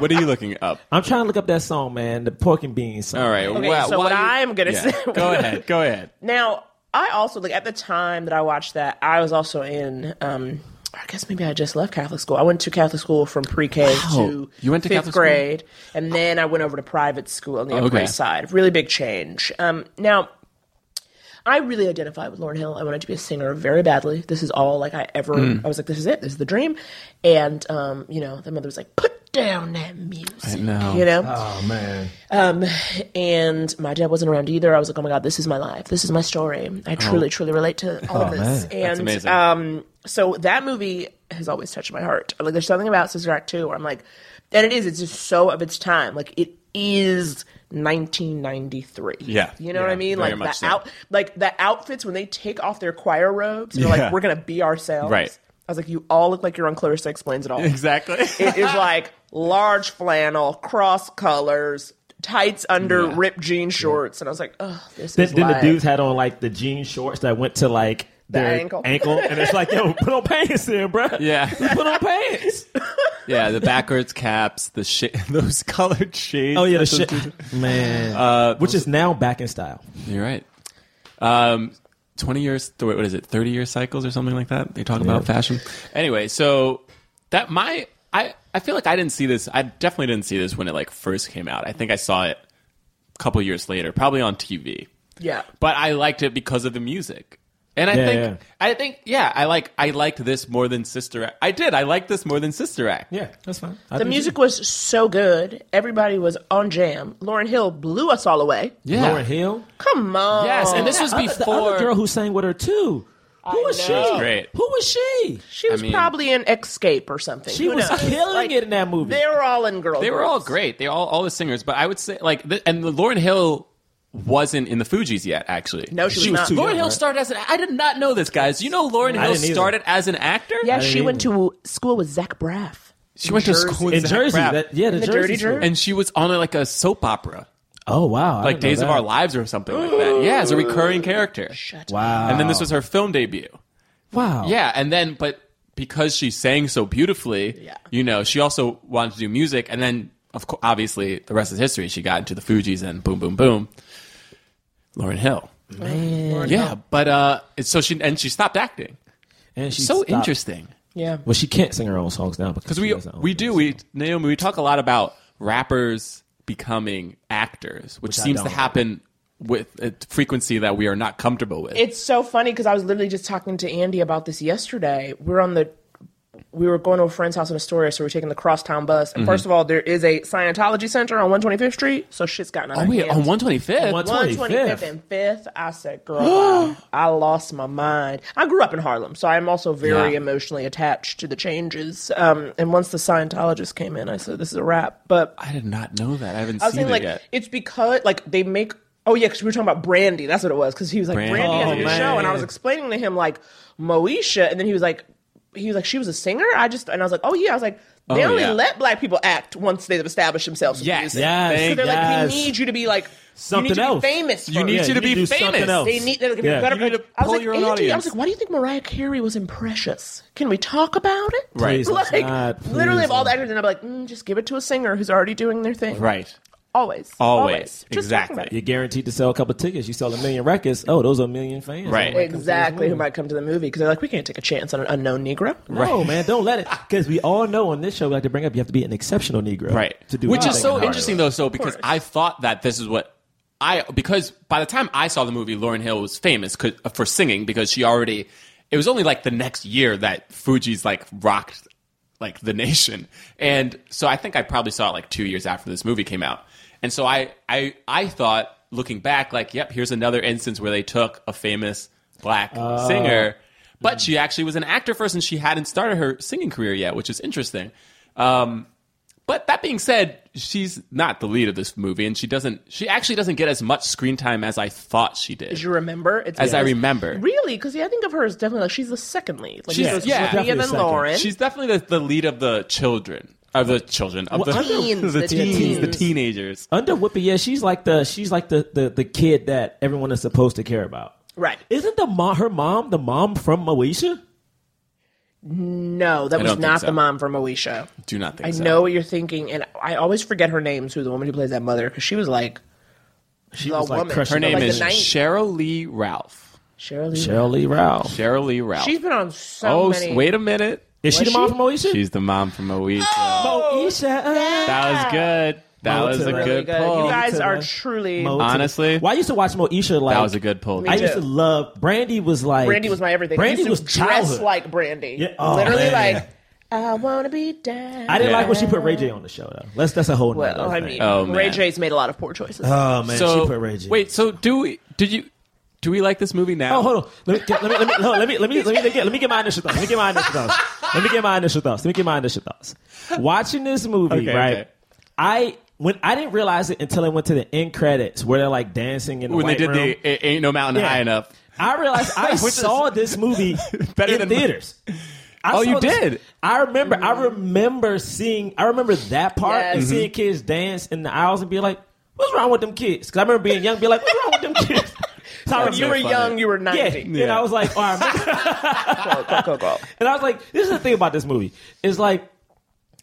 S3: What are you looking up?
S2: I'm trying to look up that song, man. The pork and beans. Song.
S3: All right. well,
S4: so
S3: while
S4: what
S3: you-
S4: I'm gonna
S3: Yeah.
S4: say-
S3: Go ahead. Go ahead.
S4: Now, I also like at the time that I watched that, I was also in. um I guess maybe I just left Catholic school. I went to Catholic school from pre-K to
S3: You went to
S4: fifth
S3: Catholic school? Oh,
S4: grade, and then I went over to private school on the Upper
S3: okay.
S4: East Side. Really big change. Um, now, I really identified with Lauren Hill. I wanted to be a singer very badly. This is all like I ever.
S3: Hmm.
S4: I was like, this is it. This is the dream. And um, you know, the mother was like, put down that music.
S3: know.
S4: You know,
S7: Oh man.
S4: and my dad wasn't around either. I was like, oh my god, this is my life. This is my story. I truly, truly relate to all of this. And
S3: Oh.
S4: um,
S3: That's amazing.
S4: so that movie has always touched my heart. Like, there's something about Sister Act two where I'm like, and it is. It's just so of its time. Like, it is 1993.
S3: Yeah.
S4: you know what
S3: Yeah,
S4: I mean. Like
S3: very
S4: the
S3: much so.
S4: out, like the outfits when they take off their choir robes. They're
S3: Yeah.
S4: like, we're gonna be ourselves.
S3: Right.
S4: I was like, you all look like you're on Clarissa Explains It All.
S3: exactly.
S4: It is like large flannel, cross colors, tights under,
S3: Yeah.
S4: ripped jean shorts, and I was like, oh, this
S2: Then,
S4: is
S2: then the
S4: life.
S2: dudes had on like the jean shorts that went to like their
S4: ankle.
S2: and it's like, yo, put on pants there, bro.
S3: Yeah.
S2: put on pants.
S3: yeah. The backwards caps. The shit. Those colored shades.
S2: Oh yeah, the
S3: that those
S2: shit,
S3: dudes-
S2: man. Uh, Which is now back in style.
S3: You're right. Um, 20 years, th- what is it, 30 year cycles or something like that? They talk about fashion. Anyway, so that my, I, I feel like I didn't see this. I definitely didn't see this when it like first came out. I think I saw it a couple years later, probably on TV.
S4: yeah.
S3: But I liked it because of the music. And I
S2: Yeah,
S3: think,
S2: yeah.
S3: I think, yeah, I like, I liked this more than Sister Act. I did. I liked this more than Sister Act.
S2: Yeah, that's fine.
S4: The music was so good. Everybody was on jam. Lauren Hill blew us all away.
S3: Yeah.
S2: Lauren Hill.
S4: Come on.
S3: Yes, and this was
S2: Other- Oh, the
S3: before.
S2: other girl who sang with her too. Who was
S4: know.
S2: she?
S4: She's
S3: great.
S2: Who was she?
S4: she was
S3: I mean-
S4: probably in Escape or something.
S2: She
S4: Who
S2: was
S4: knows?
S2: killing
S4: Like,
S2: it in that movie.
S4: They were all in girl.
S3: They were all
S4: groups.
S3: great. They all all the singers, but I would say like the, and the Lauren Hill wasn't in the Fugees yet. Actually,
S4: No, she,
S2: She
S4: was,
S2: was too
S4: not.
S3: Lauren
S2: young,
S3: Hill
S2: right?
S3: started as an. I did not know this, guys. You know, Lauren
S2: I
S3: Hill
S2: didn't either.
S3: started as an actor.
S4: Yeah,
S2: I
S4: she
S2: didn't
S4: went to school with Zach Braff.
S3: Uh, she went to school with
S2: in
S3: Zach
S2: Jersey.
S3: Braff.
S2: That, yeah, the,
S4: the
S2: Jersey
S4: Dirty
S2: school.
S4: Jersey?
S3: and she was on like a soap opera,
S2: Oh wow, I
S3: like
S2: didn't know
S3: Days of
S2: that.
S3: Our Lives or something like that. Yeah, as a recurring character.
S2: Wow,
S3: And then this was her film debut.
S2: wow.
S3: Yeah, and then but because she sang so beautifully,
S4: Yeah.
S3: you know, she also wanted to do music, and then of course, obviously, the rest is history. She got into the Fugees and boom, boom, boom, Lauren Hill.
S4: Lauren
S3: yeah,
S4: Hill.
S3: but uh, it's- so she and she stopped acting.
S2: and she
S3: so
S2: stopped-
S3: interesting
S4: Yeah.
S2: Well, she can't sing her own songs now because
S3: because
S2: she
S3: we
S2: has her own
S3: we do
S2: songs.
S3: we Naomi we talk a lot about rappers becoming actors, which,
S2: I
S3: seems to
S2: don't.
S3: happen with a frequency that we are not comfortable with.
S4: It's so funny because I was literally just talking to Andy about this yesterday. We're on the we were going to a friend's house in Astoria, so we're taking the crosstown bus. And first of all, there is a Scientology center on 125th Street, so shit's gotten out
S3: oh
S4: of
S3: wait,
S4: hand.
S3: on one twenty fifth.
S2: On
S4: 125th
S2: 125th.
S4: and 5th, I said, girl, I lost my mind. I grew up in Harlem, so I'm also very
S3: Yeah.
S4: emotionally attached to the changes. Um, and once the Scientologist came in, I said, this is a wrap. But
S3: I did not know that. I haven't
S4: I was
S3: seen
S4: saying,
S3: it
S4: like,
S3: yet.
S4: it's because, like, they make. Oh, yeah, because we were talking about Brandy. That's what it was. Because he was like,
S3: Brandy.
S4: Brandy, has a
S3: Oh,
S4: new
S3: man.
S4: show. And I was explaining to him, like, Moesha. And then he was like, he was like, she was a singer? I just, and I was like, oh, yeah. I was like, they
S3: Oh,
S4: only
S3: yeah.
S4: let black people act once they've established themselves. with
S3: Yes,
S4: music.
S2: Yes,
S4: So
S3: Thank
S4: they're like,
S2: yes.
S4: we need you to be like,
S2: Something
S4: you need to
S2: else.
S4: Be famous.
S3: You
S4: first."
S3: need you to be
S2: do something
S3: famous.
S2: else.
S4: They need, they're gonna be
S2: Yeah.
S4: better-
S3: You need to
S4: I was
S3: pull
S4: like,
S3: your own
S4: Andy, I
S3: audience.
S4: was like, why do you think Mariah Carey was in Precious? Can we talk about it?
S3: Right. Please,
S4: Like,
S2: let's not. Please,
S4: literally, of all the
S2: let's-
S4: actors, and I'm like, mm, just give it to a singer who's already doing their thing.
S3: Right.
S4: Always.
S3: Always.
S4: Just talking
S3: Exactly.
S4: about it.
S2: You're guaranteed to sell a couple tickets. You sell a million records. Oh, those are a million fans.
S3: Right.
S2: Oh, my
S4: Exactly who might come to the movie because they're like, we can't take a chance on an unknown Negro.
S2: No, man, don't let it. Because we all know on this show, we like to bring up, you have to be an exceptional Negro.
S3: right
S2: To do
S3: which is
S2: anything in
S3: so
S2: Hollywood.
S3: interesting though so because i thought that this is what i because by the time i saw the movie lauren hill was famous 'cause- for singing because she already it was only like the next year that fuji's like rocked like the nation and so i think i probably saw it like two years after this movie came out and so i i i thought looking back like yep here's another instance where they took a famous black
S2: Ah.
S3: singer but she actually was an actor first and she hadn't started her singing career yet which is interesting um, but that being said, she's not the lead of this movie, and she doesn't. She actually doesn't get as much screen time as I thought she did.
S4: As you remember, it's
S3: As I
S4: because-
S3: remember.
S4: really, because yeah, I think of her as definitely like she's the second lead. Like,
S3: She's-
S4: she's
S3: yeah.
S4: yeah,
S2: Definitely
S4: and then
S2: second.
S4: Lauren.
S3: She's definitely the, the lead of the children, of the children, of
S2: Well,
S3: the,
S4: teens,
S3: the,
S4: the
S3: teens,
S4: teens.
S3: the teenagers.
S2: Under Whoopi, yeah, she's like the she's like the, the the kid that everyone is supposed to care about.
S4: right.
S2: Isn't the mom her mom the mom from Moesha?
S4: No, that
S3: I
S4: was
S3: don't think
S4: not
S3: so.
S4: the mom from Moesha.
S3: Do not think
S4: I
S3: so.
S4: know what you're thinking, and I always forget her names. Who the woman who plays that mother? Because she was like
S2: She
S4: The
S2: was like
S4: woman.
S2: crushing
S3: Her
S4: Like
S3: name
S4: the
S3: is
S4: ninth-
S3: Cheryl Lee Ralph.
S4: Shirley.
S2: Cheryl Lee Ralph.
S3: Cheryl Lee Ralph.
S4: She's been on so
S3: oh,
S4: many.
S3: wait a minute.
S2: Is she the
S4: Was
S2: mom
S4: she?
S2: from Moesha?
S3: She's the mom from Moesha.
S4: Oh,
S2: Moesha.
S3: That was good. That
S2: Oh,
S3: was a
S2: really
S3: good,
S4: Good.
S3: pull.
S4: You guys
S2: Moesha.
S4: are truly.
S2: Mo-
S3: Honestly,
S2: Well, I used to watch Moesha like
S3: that was a good pull.
S2: I
S4: Me
S2: used
S4: too.
S2: to love Brandy was like
S4: Brandy was my everything.
S2: Brandy
S4: I
S2: was
S4: used to dress
S2: childhood.
S4: like Brandy.
S2: Yeah. Oh,
S4: Literally
S2: man.
S4: like I wanna be down.
S2: I didn't
S3: Yeah.
S2: like when she put Ray J on the show though. Let's that's a whole nother
S4: well, I
S2: thing.
S4: mean,
S3: Oh,
S4: Ray
S3: man.
S4: J's made a lot of poor choices.
S2: Oh man,
S3: so
S2: she put Ray J.
S3: wait, so do we? Did you? Do we like this movie now?
S2: Oh, hold on. Let me, get- let me, let me, hold on. let me, let me, let me, get, let me get my initial thoughts. Let me get my initial thoughts. Let me get my initial thoughts. Let me get my initial thoughts. Watching this movie,
S3: Okay,
S2: right?
S3: okay.
S2: I when I didn't realize it until I went to the end credits where they're like dancing in the
S3: When they
S2: white
S3: did
S2: room.
S3: the "It "Ain't No Mountain
S2: Yeah.
S3: High Enough,"
S2: I realized I
S3: Which is-
S2: saw this movie
S3: Better
S2: in
S3: than-
S2: theaters. I
S3: Oh,
S2: saw
S3: you
S2: this-
S3: did?
S2: I remember. I remember seeing. I remember that part and
S4: Yes.
S2: seeing kids dance in the aisles and be like, "What's wrong with them kids?" Because I remember being young, be like, "What's wrong with them kids?" So I
S4: when you
S2: remember-
S4: were young, you were
S2: yeah.
S4: 90.
S2: and I was like, "Oh, I remember
S4: Go, go, go, go.
S2: and I was like, this is the thing about this movie. It's like,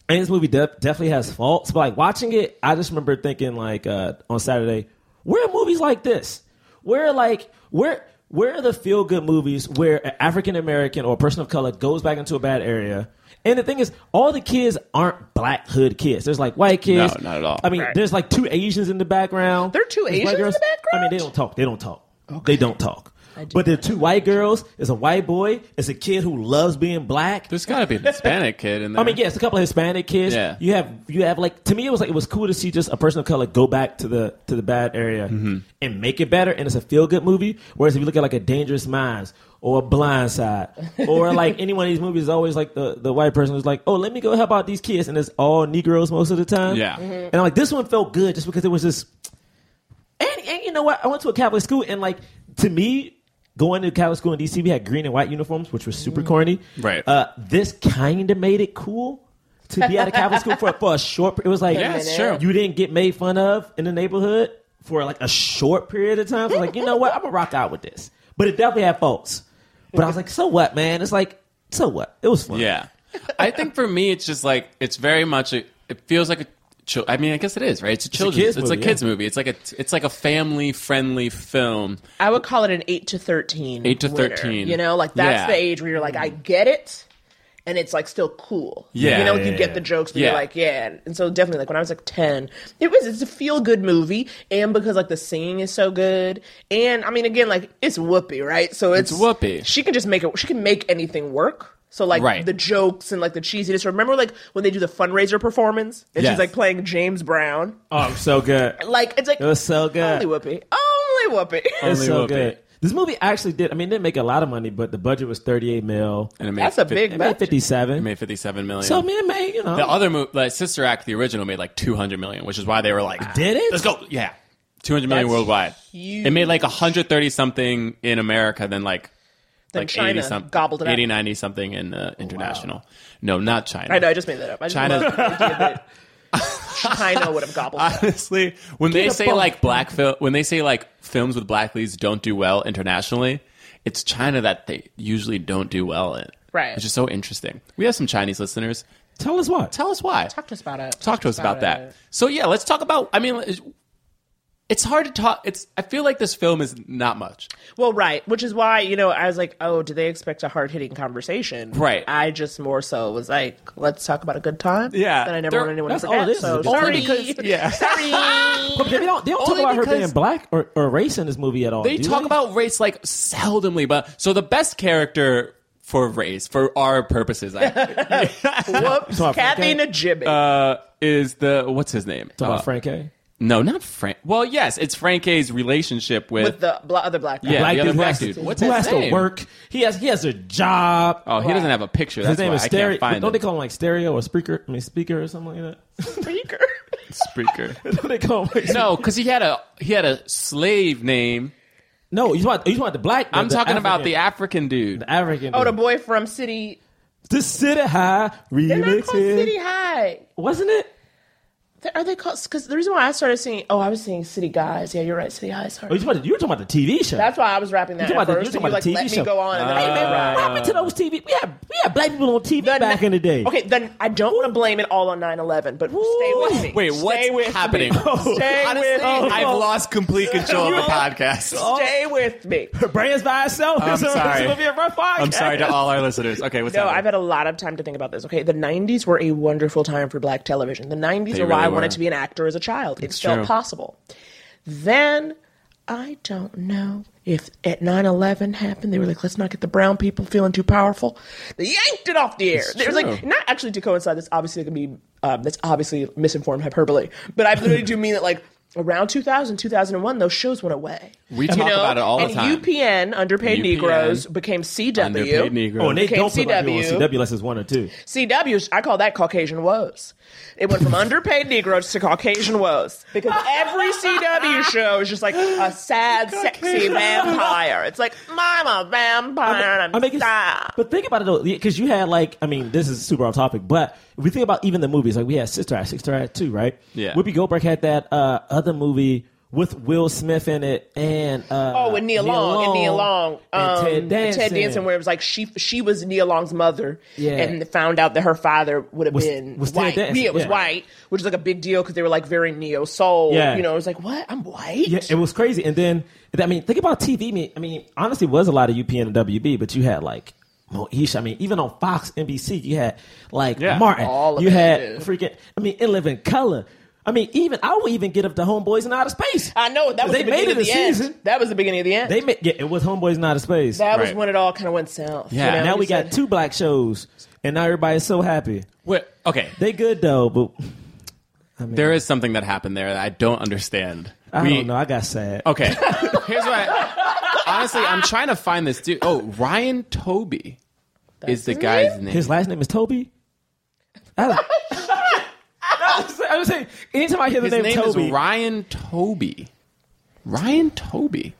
S2: and this movie def- definitely has faults, but like watching it, I just remember thinking like uh, on Saturday, where are movies like this? Where like where where are the feel good movies where an African American or a person of color goes back into a bad area? And the thing is, all the kids aren't black hood kids. There's like white kids.
S3: No, not at all.
S2: I mean,
S4: Right.
S2: there's like two Asians in the background.
S4: There are two
S2: There's white
S4: Asians in the
S2: girls. I mean,
S4: background?
S2: they don't talk. They don't talk. They don't talk. But there are two white girls. There's a white boy. There's a kid who loves being black.
S3: there's got to be an Hispanic kid in there.
S2: I mean, yes, a couple of Hispanic kids.
S3: Yeah.
S2: You have you have like to me it was like it was cool to see just a person of color go back to the to the bad area
S3: Mm-hmm.
S2: and make it better and it's a feel good movie. Whereas if you look at like a Dangerous Minds or a Blind Side or like any one of these movies, it's always like the, the white person who's like, Oh, let me go help out these kids and it's all Negroes most of the time.
S3: Yeah. Mhm.
S2: And I'm like this one felt good just because it was just and, and you know what? I went to a Catholic school, and like to me, going to Catholic school in DC, we had green and white uniforms, which was super corny.
S3: Mm-hmm. Right.
S2: Uh, this kind of made it cool to be at a Catholic school for for a short. It was like
S3: Yeah, it's true.
S2: you didn't get made fun of in the neighborhood for like a short period of time. So like, you know what? I'm gonna rock out with this, but it definitely had faults. But I was like, so what, man? It's like, so what? It was fun.
S3: Yeah. I think for me, it's just like, it's very much, a, it feels like a, chil- I mean, I guess it is, right? It's a children's,
S2: kids
S3: it's a kids,
S2: movie, yeah.
S3: movie. It's like a, it's like a family friendly film.
S4: I would call it an eight to thirteen.
S3: 8 to
S4: winner,
S3: 13.
S4: You know, like that's
S3: Yeah.
S4: the age where you're like, I get it, and it's like still cool.
S3: Yeah.
S4: you know, like,
S3: Yeah.
S4: you get the jokes, but
S3: Yeah.
S4: you're like, yeah. And so definitely, like when I was like ten, it was it's a feel good movie, and because like the singing is so good, and I mean, again, like it's Whoopi, right? So it's,
S3: It's Whoopi.
S4: She can just make it. She can make anything work. So like
S3: Right.
S4: the jokes and like the cheesiness. Remember like when they do the fundraiser performance and
S3: Yes.
S4: she's like playing James Brown.
S2: Oh, I'm so good.
S4: Like it's like
S2: It was so good.
S4: only Whoopi, only Whoopi.
S2: It's so
S3: Whoopi.
S2: good. This movie actually did. I mean, it didn't make a lot of money, but the budget was 38 mil.
S3: And it made
S4: That's a
S3: fif-
S4: big
S2: It made
S4: budget.
S2: 57.
S3: It made 57 million.
S2: so I mean, it made you know.
S3: the other movie, like Sister Act, the original made like 200 million, which is why they were like,
S2: did it?
S3: Let's go. Yeah. 200 million
S4: Ah. That's
S3: worldwide.
S4: huge.
S3: It made like 130 something in America, then like,
S4: Then
S3: like
S4: China
S3: 80 something,
S4: gobbled it up.
S3: 80, 90 something in uh, international. No, not China.
S4: I know, I just made that up. I just
S3: China-
S4: love the idea that China would have gobbled. it up.
S3: honestly, when they
S2: a
S3: say
S2: bump.
S3: like black fil- when they say like films with black leads don't do well internationally, it's China that they usually don't do well in.
S4: Right.
S3: Which is so interesting. We have some Chinese listeners.
S2: Tell us what.
S3: Tell us why.
S4: Talk to us about it.
S3: Talk to us about that.
S4: it.
S3: So yeah, let's talk about I mean it's- it's hard to talk it's I feel like this film is not much.
S4: Well, right, which is why you know I was like, oh, do they expect a hard hitting conversation?
S3: Right.
S4: I just more so was like, let's talk about a good time.
S3: Yeah.
S4: That I never
S3: There-
S4: want anyone
S2: that's
S4: to
S2: all
S4: forget.
S2: it is, is
S4: so
S2: a good time.
S4: sorry.
S2: Only
S3: yeah.
S2: But they don't, they don't talk
S3: Only
S2: about her
S3: because-
S2: being black or, or race in this movie at all.
S3: They
S2: do
S3: talk about race like seldomly, but so the best character for race, for our purposes, I,
S4: Whoops,
S2: Sorry,
S4: Kathy
S2: okay.
S4: and Jimmy.
S3: uh, is the what's his name?
S2: Talk
S3: Uh,
S2: about Frank A.
S3: No, not Frank. Well, yes, it's Frank K's relationship with.
S4: with the bla- other black guy.
S3: Yeah. the other
S2: who
S3: black
S2: has to-
S3: dude. What's
S2: who
S3: his
S2: has
S3: name?
S2: to work. He has he has a job.
S3: oh, he doesn't have a picture. That's
S2: His name
S3: why
S2: is
S3: I
S2: Stereo.
S3: can't find
S2: Don't they
S3: him.
S2: call him like Stereo or Speaker? I mean, Speaker or something like that.
S4: Speaker.
S3: Spreaker.
S2: don't they call him? Like,
S3: no, because he had a he had a slave name.
S2: no. You want you want the black?
S3: I'm
S2: the
S3: talking
S2: African,
S3: about the African dude.
S2: the African.
S4: Oh, the
S2: dude.
S4: boy from City.
S2: the City High
S4: They're not
S2: remix
S4: called
S2: here.
S4: City High.
S2: wasn't it?
S4: Th- Are they called? Because the reason why I started seeing, oh, I was seeing City Guys. Yeah, you're right, City Guys. Sorry.
S2: Oh, you talking about, you were talking about the TV show.
S4: That's why I was rapping that
S2: You talking
S4: at
S2: about the-
S4: first.
S2: you talking
S4: and you
S2: about
S4: like
S2: the
S4: let
S2: TV
S4: me
S2: show.
S4: go on. And then,
S2: Hey, man, what happened to those TV? We had, we had black people on TV back in the day.
S3: Oh,
S4: Okay, then I don't want to blame it all on 9-11, but stay with me.
S3: Wait,
S4: Stay
S3: what's
S4: with me.
S3: happening?
S2: Oh,
S4: Stay with me.
S3: Honestly, I've lost complete control of the podcast.
S4: Stay with me.
S2: Brands by itself.
S3: I'm
S2: It's a- it's
S3: sorry.
S2: gonna be a rough podcast.
S3: I'm sorry to all our listeners. Okay, what's
S4: No,
S3: happening?
S4: I've had a lot of time to think about this. Okay, the '90s were a wonderful time for black television. The '90s
S3: They
S4: are why
S3: really
S4: I
S3: were.
S4: wanted to be an actor as a child. It
S3: It's
S4: felt
S3: true.
S4: possible. Then I don't know if at 9/11 happened. They were like, "Let's not get the brown people feeling too powerful." They yanked it off the air. It was like
S3: true.
S4: not actually to coincide. That's obviously going to be um, that's obviously misinformed hyperbole. But I literally do mean that like. Around 2000, 2001, those shows went away.
S3: We talk about it all the
S4: and
S3: time.
S4: UPN, Underpaid
S3: UPN,
S4: Negroes, became CW.
S3: Underpaid Negro.
S2: Oh, and they
S4: Became
S2: don't put black people on
S4: CW.
S2: CW unless it's one or two.
S4: CW, I call that Caucasian woes. It went from underpaid Negroes to Caucasian woes because every CW show is just like a sad, sexy vampire. It's like, I'm a vampire and I'm
S2: it's-
S4: sad.
S2: but think about it though, because you had like, I mean, this is super off topic, but if we think about even the movies, like we had Sister Act, Sister Act Two, right?
S3: Yeah.
S2: Whoopi Goldberg had that uh, other movie with Will Smith in it, and uh,
S4: Oh, with Nia Long, and Nia Long, um,
S2: and Ted Danson.
S4: where it was like she she was Nia Long's mother,
S2: Yeah.
S4: and found out that her father would have
S2: Was-
S4: been
S2: was Ted
S4: white.
S2: Danson,
S4: yeah, it was
S2: yeah.
S4: white, which is like a big deal because they were like very neo soul.
S2: Yeah.
S4: you know, it was like what I'm white.
S2: yeah, it was crazy. And then, I mean, think about TV. I mean, I mean, honestly, it was a lot of UPN and WB, but you had like Moesha. I mean, even on Fox, NBC, you had like
S3: Yeah.
S2: Martin.
S4: All of
S2: you
S4: it,
S2: had
S4: yeah.
S2: freaking. I mean, in Living Color. I mean, even I would even get up to Homeboys in Outer Space.
S4: I know that was
S2: they
S4: the beginning
S2: made it
S4: of the
S2: a
S4: end.
S2: season.
S4: That was the beginning of the end.
S2: They made yeah, it was Homeboys in Outer Space.
S4: That was
S3: Right.
S4: when it all kind of went south.
S3: Yeah.
S4: You know?
S2: now
S4: You
S2: we got
S4: said-
S2: two black shows, and now everybody's so happy.
S3: Wait, okay.
S2: They good though, but
S3: There is something that happened there that I don't understand.
S2: I
S3: We-
S2: don't know. I got sad.
S3: Okay. Here's what I, honestly, I'm trying to find this dude. Oh, Ryan Toby is the guy's name.
S2: His last name is Toby. I don't- I was I was saying, anytime I hear the
S3: His
S2: name,
S3: name
S2: Toby,
S3: is Ryan Toby. Ryan Toby.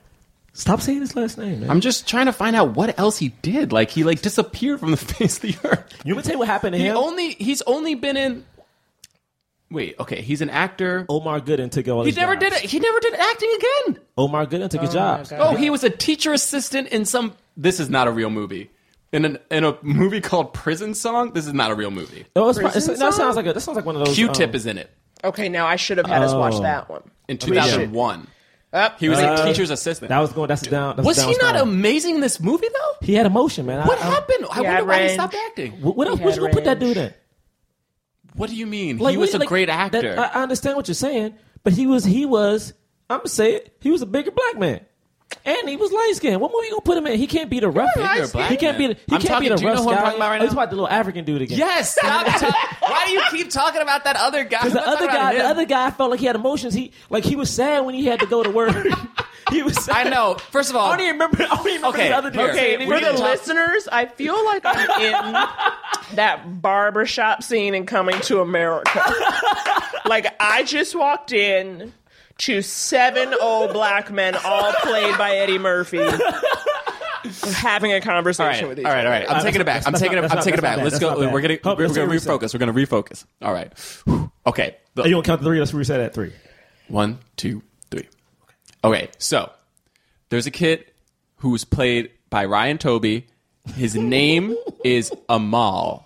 S2: stop saying his last name. Man.
S3: I'm just trying to find out what else he did. Like he like disappeared from the face of the earth.
S2: You want me to tell you what happened to
S3: He
S2: him?
S3: only he's only been in. Wait, okay, he's an actor.
S2: Omar Gooden took all
S3: He
S2: his
S3: never
S2: jobs.
S3: did it. He never did acting again.
S2: Omar Gooden took his jobs.
S4: God.
S3: Oh, he was a teacher assistant in some. This is not a real movie. In an in a movie called Prison Song. This is not a real movie.
S2: Oh, it's, it's,
S4: Prison
S2: that
S4: song?
S2: sounds like a, that sounds like one of those.
S3: Q-Tip
S2: um,
S3: is in it
S4: Okay, now I should have had us watch
S2: Oh.
S4: that one.
S3: in
S4: I mean, shit.
S3: 2001.
S4: Up.
S3: He was
S2: Uh,
S3: a teacher's assistant.
S2: That was Uh, going. That's a down. That's
S3: was
S2: a
S3: he
S2: down
S3: not
S2: spiral.
S3: amazing in this movie though?
S2: He had emotion, man. I-
S3: What
S2: I-
S3: happened? I
S4: Yeah,
S3: wonder why he
S4: range.
S3: stopped acting.
S2: What, what,
S4: He
S2: else- what
S4: had
S2: you gonna put that
S4: range.
S2: dude in?
S3: What do you mean?
S2: Like,
S3: he was
S2: what-
S3: a
S2: like,
S3: great
S2: that- uh,
S3: actor.
S2: I, I understand what you're saying, but he was he was. I'm gonna say it. He was a bigger black man, and he was light skinned. What movie you gonna put him in? He can't be the rough.
S3: Bigger black
S2: he can't be. The,
S3: man.
S2: he
S3: I'm
S2: can't
S3: talking-
S2: be
S3: do
S2: the
S3: you
S2: rough
S3: know who I'm
S2: guy.
S3: talking about right
S2: Oh, he's
S3: now?
S2: about the little African dude again.
S3: yes. Stop ta- why do you keep talking about that other guy?
S2: Because
S3: I'm
S2: the
S3: not
S2: other
S3: talking about
S2: guy, the
S3: him.
S2: other guy felt like he had emotions. He like he was sad when he had to go to work. he was. Sad.
S3: I know. First of all,
S2: I don't even remember. I don't even remember
S3: Okay,
S2: the other dude.
S3: here.
S2: saying
S4: Okay,
S3: We
S2: anything.
S4: for
S3: need
S4: the
S3: to talk-
S4: listeners, I feel like I'm in that barbershop scene in Coming to America. like, I just walked in to seven old black men, all played by Eddie Murphy, having a
S3: all
S4: conversation
S3: right, all
S4: with
S3: right,
S4: each
S3: all
S4: other.
S3: right. I'm
S2: Uh,
S3: taking it back.
S2: that's-
S3: I'm
S2: that's
S3: taking
S2: not-
S3: it. I'm
S2: that's
S3: taking it
S2: not
S3: back.
S2: bad.
S3: Let's
S2: That's
S3: go.
S2: not bad.
S3: We're gonna
S2: Hope-
S3: we're
S2: let's
S3: gonna
S2: hear what
S3: refocus. We're gonna refocus. All right. Okay.
S2: Oh, you don't count the three. Let's reset at three.
S3: One, two, three. Okay, so there's a kid who's played by Ryan Toby. His name is Amal.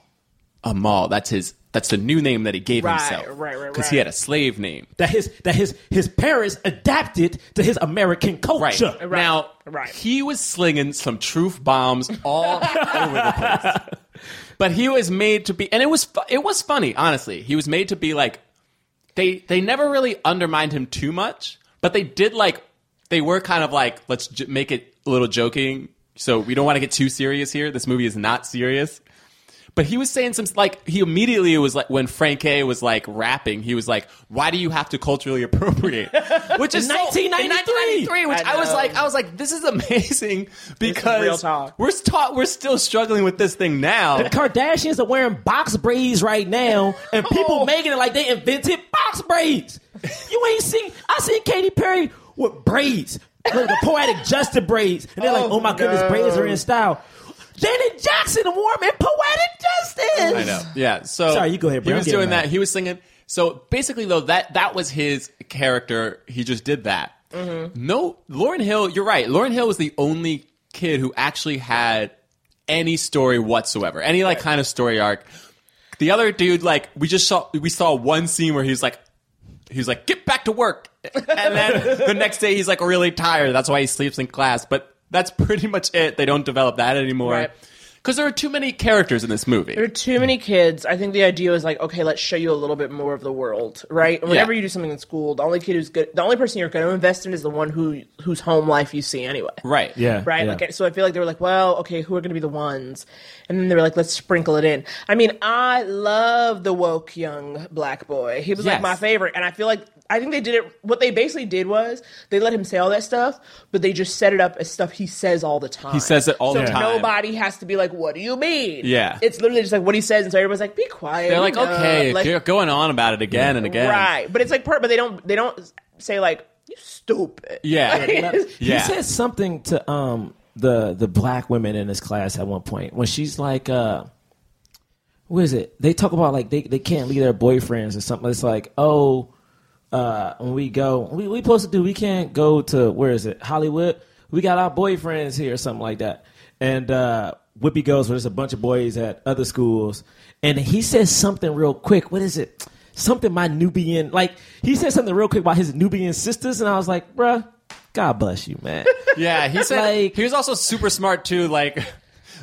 S3: Amal. That's his. That's the new name that he gave
S4: Right,
S3: himself.
S4: right, right,
S3: Because he
S4: right.
S3: had a slave name.
S2: That his that his his parents adapted to his American
S3: Right.
S2: culture.
S3: Now,
S4: right.
S3: he was slinging some truth bombs all over the place. But he was made to be, and it was fu- it was funny, honestly. He was made to be like they they never really undermined him too much, but they did like they were kind of like let's j- make it a little joking. So we don't want to get too serious here. This movie is not serious. But he was saying some like he immediately was like when Frank A was like rapping, he was like, "Why do you have to culturally appropriate?" Which is so- in
S2: 1993.
S3: 1993, which I,
S4: I
S3: was
S4: know.
S3: like, I was like, this is amazing because
S4: real talk.
S3: we're taught we're still struggling with this thing now.
S2: The Kardashians are wearing box braids right now, and people making it like they invented box braids. You ain't seen. I seen Katy Perry with braids, like the poetic justice braids, and they're like, "Oh my goodness, braids are in style." Janet Jackson wore them in poetic justice.
S3: I know. Yeah. So
S2: Sorry, you go ahead,
S3: He
S2: Brad.
S3: was
S2: I'm getting
S3: doing
S2: mad.
S3: that. He was singing So basically, though, that that was his character. He just did that.
S2: Mm-hmm.
S3: No, Lauren Hill. You're right. Lauren Hill was the only kid who actually had any story whatsoever, any like kind of story arc. The other dude, like we just saw, we saw one scene where he's like, he's like, get back to work, and then the next day he's like really tired. That's why he sleeps in class. But that's pretty much it. They don't develop that anymore
S4: Right.
S3: because there are too many characters in this movie.
S4: There are too many kids. I think the idea is like, okay, let's show you a little bit more of the world, right? And whenever
S3: Yeah.
S4: you do something in school, the only kid who's good, the only person you're going to invest in is the one who whose home life you see anyway.
S3: Right.
S2: Yeah.
S4: Right.
S2: yeah.
S4: Like, so I feel like they were like, well, okay, who are going to be the ones? And then they were like, let's sprinkle it in. I mean, I love the woke young black boy. He was
S3: Yes.
S4: like my favorite. And I feel like, I think they did it. What they basically did was they let him say all that stuff, but they just set it up as stuff he says all the time.
S3: He says it all
S4: so
S3: the time.
S4: Nobody has to be like, what do you mean?
S3: Yeah.
S4: It's literally just like what he says. And so everybody's like, be quiet.
S3: They're
S4: we
S3: like,
S4: know.
S3: okay,
S4: Like,
S3: you're going on about it again and again.
S4: Right. But it's like, per- but they don't, they don't say like, you stupid.
S3: Yeah.
S2: He
S3: yeah.
S2: said something to um the the black women in his class at one point when she's like uh what is it? They talk about like they, they can't leave their boyfriends or something. It's like, oh, uh, when we go, we we supposed to do. We can't go to where is it? Hollywood. We got our boyfriends here or something like that. And uh, Whippy goes where there's a bunch of boys at other schools, and he says something real quick. What is it? Something my Nubian like he said something real quick about his Nubian sisters, and I was like, bruh, God bless you, man.
S3: yeah. He said
S2: Like-
S3: he was also super smart too. Like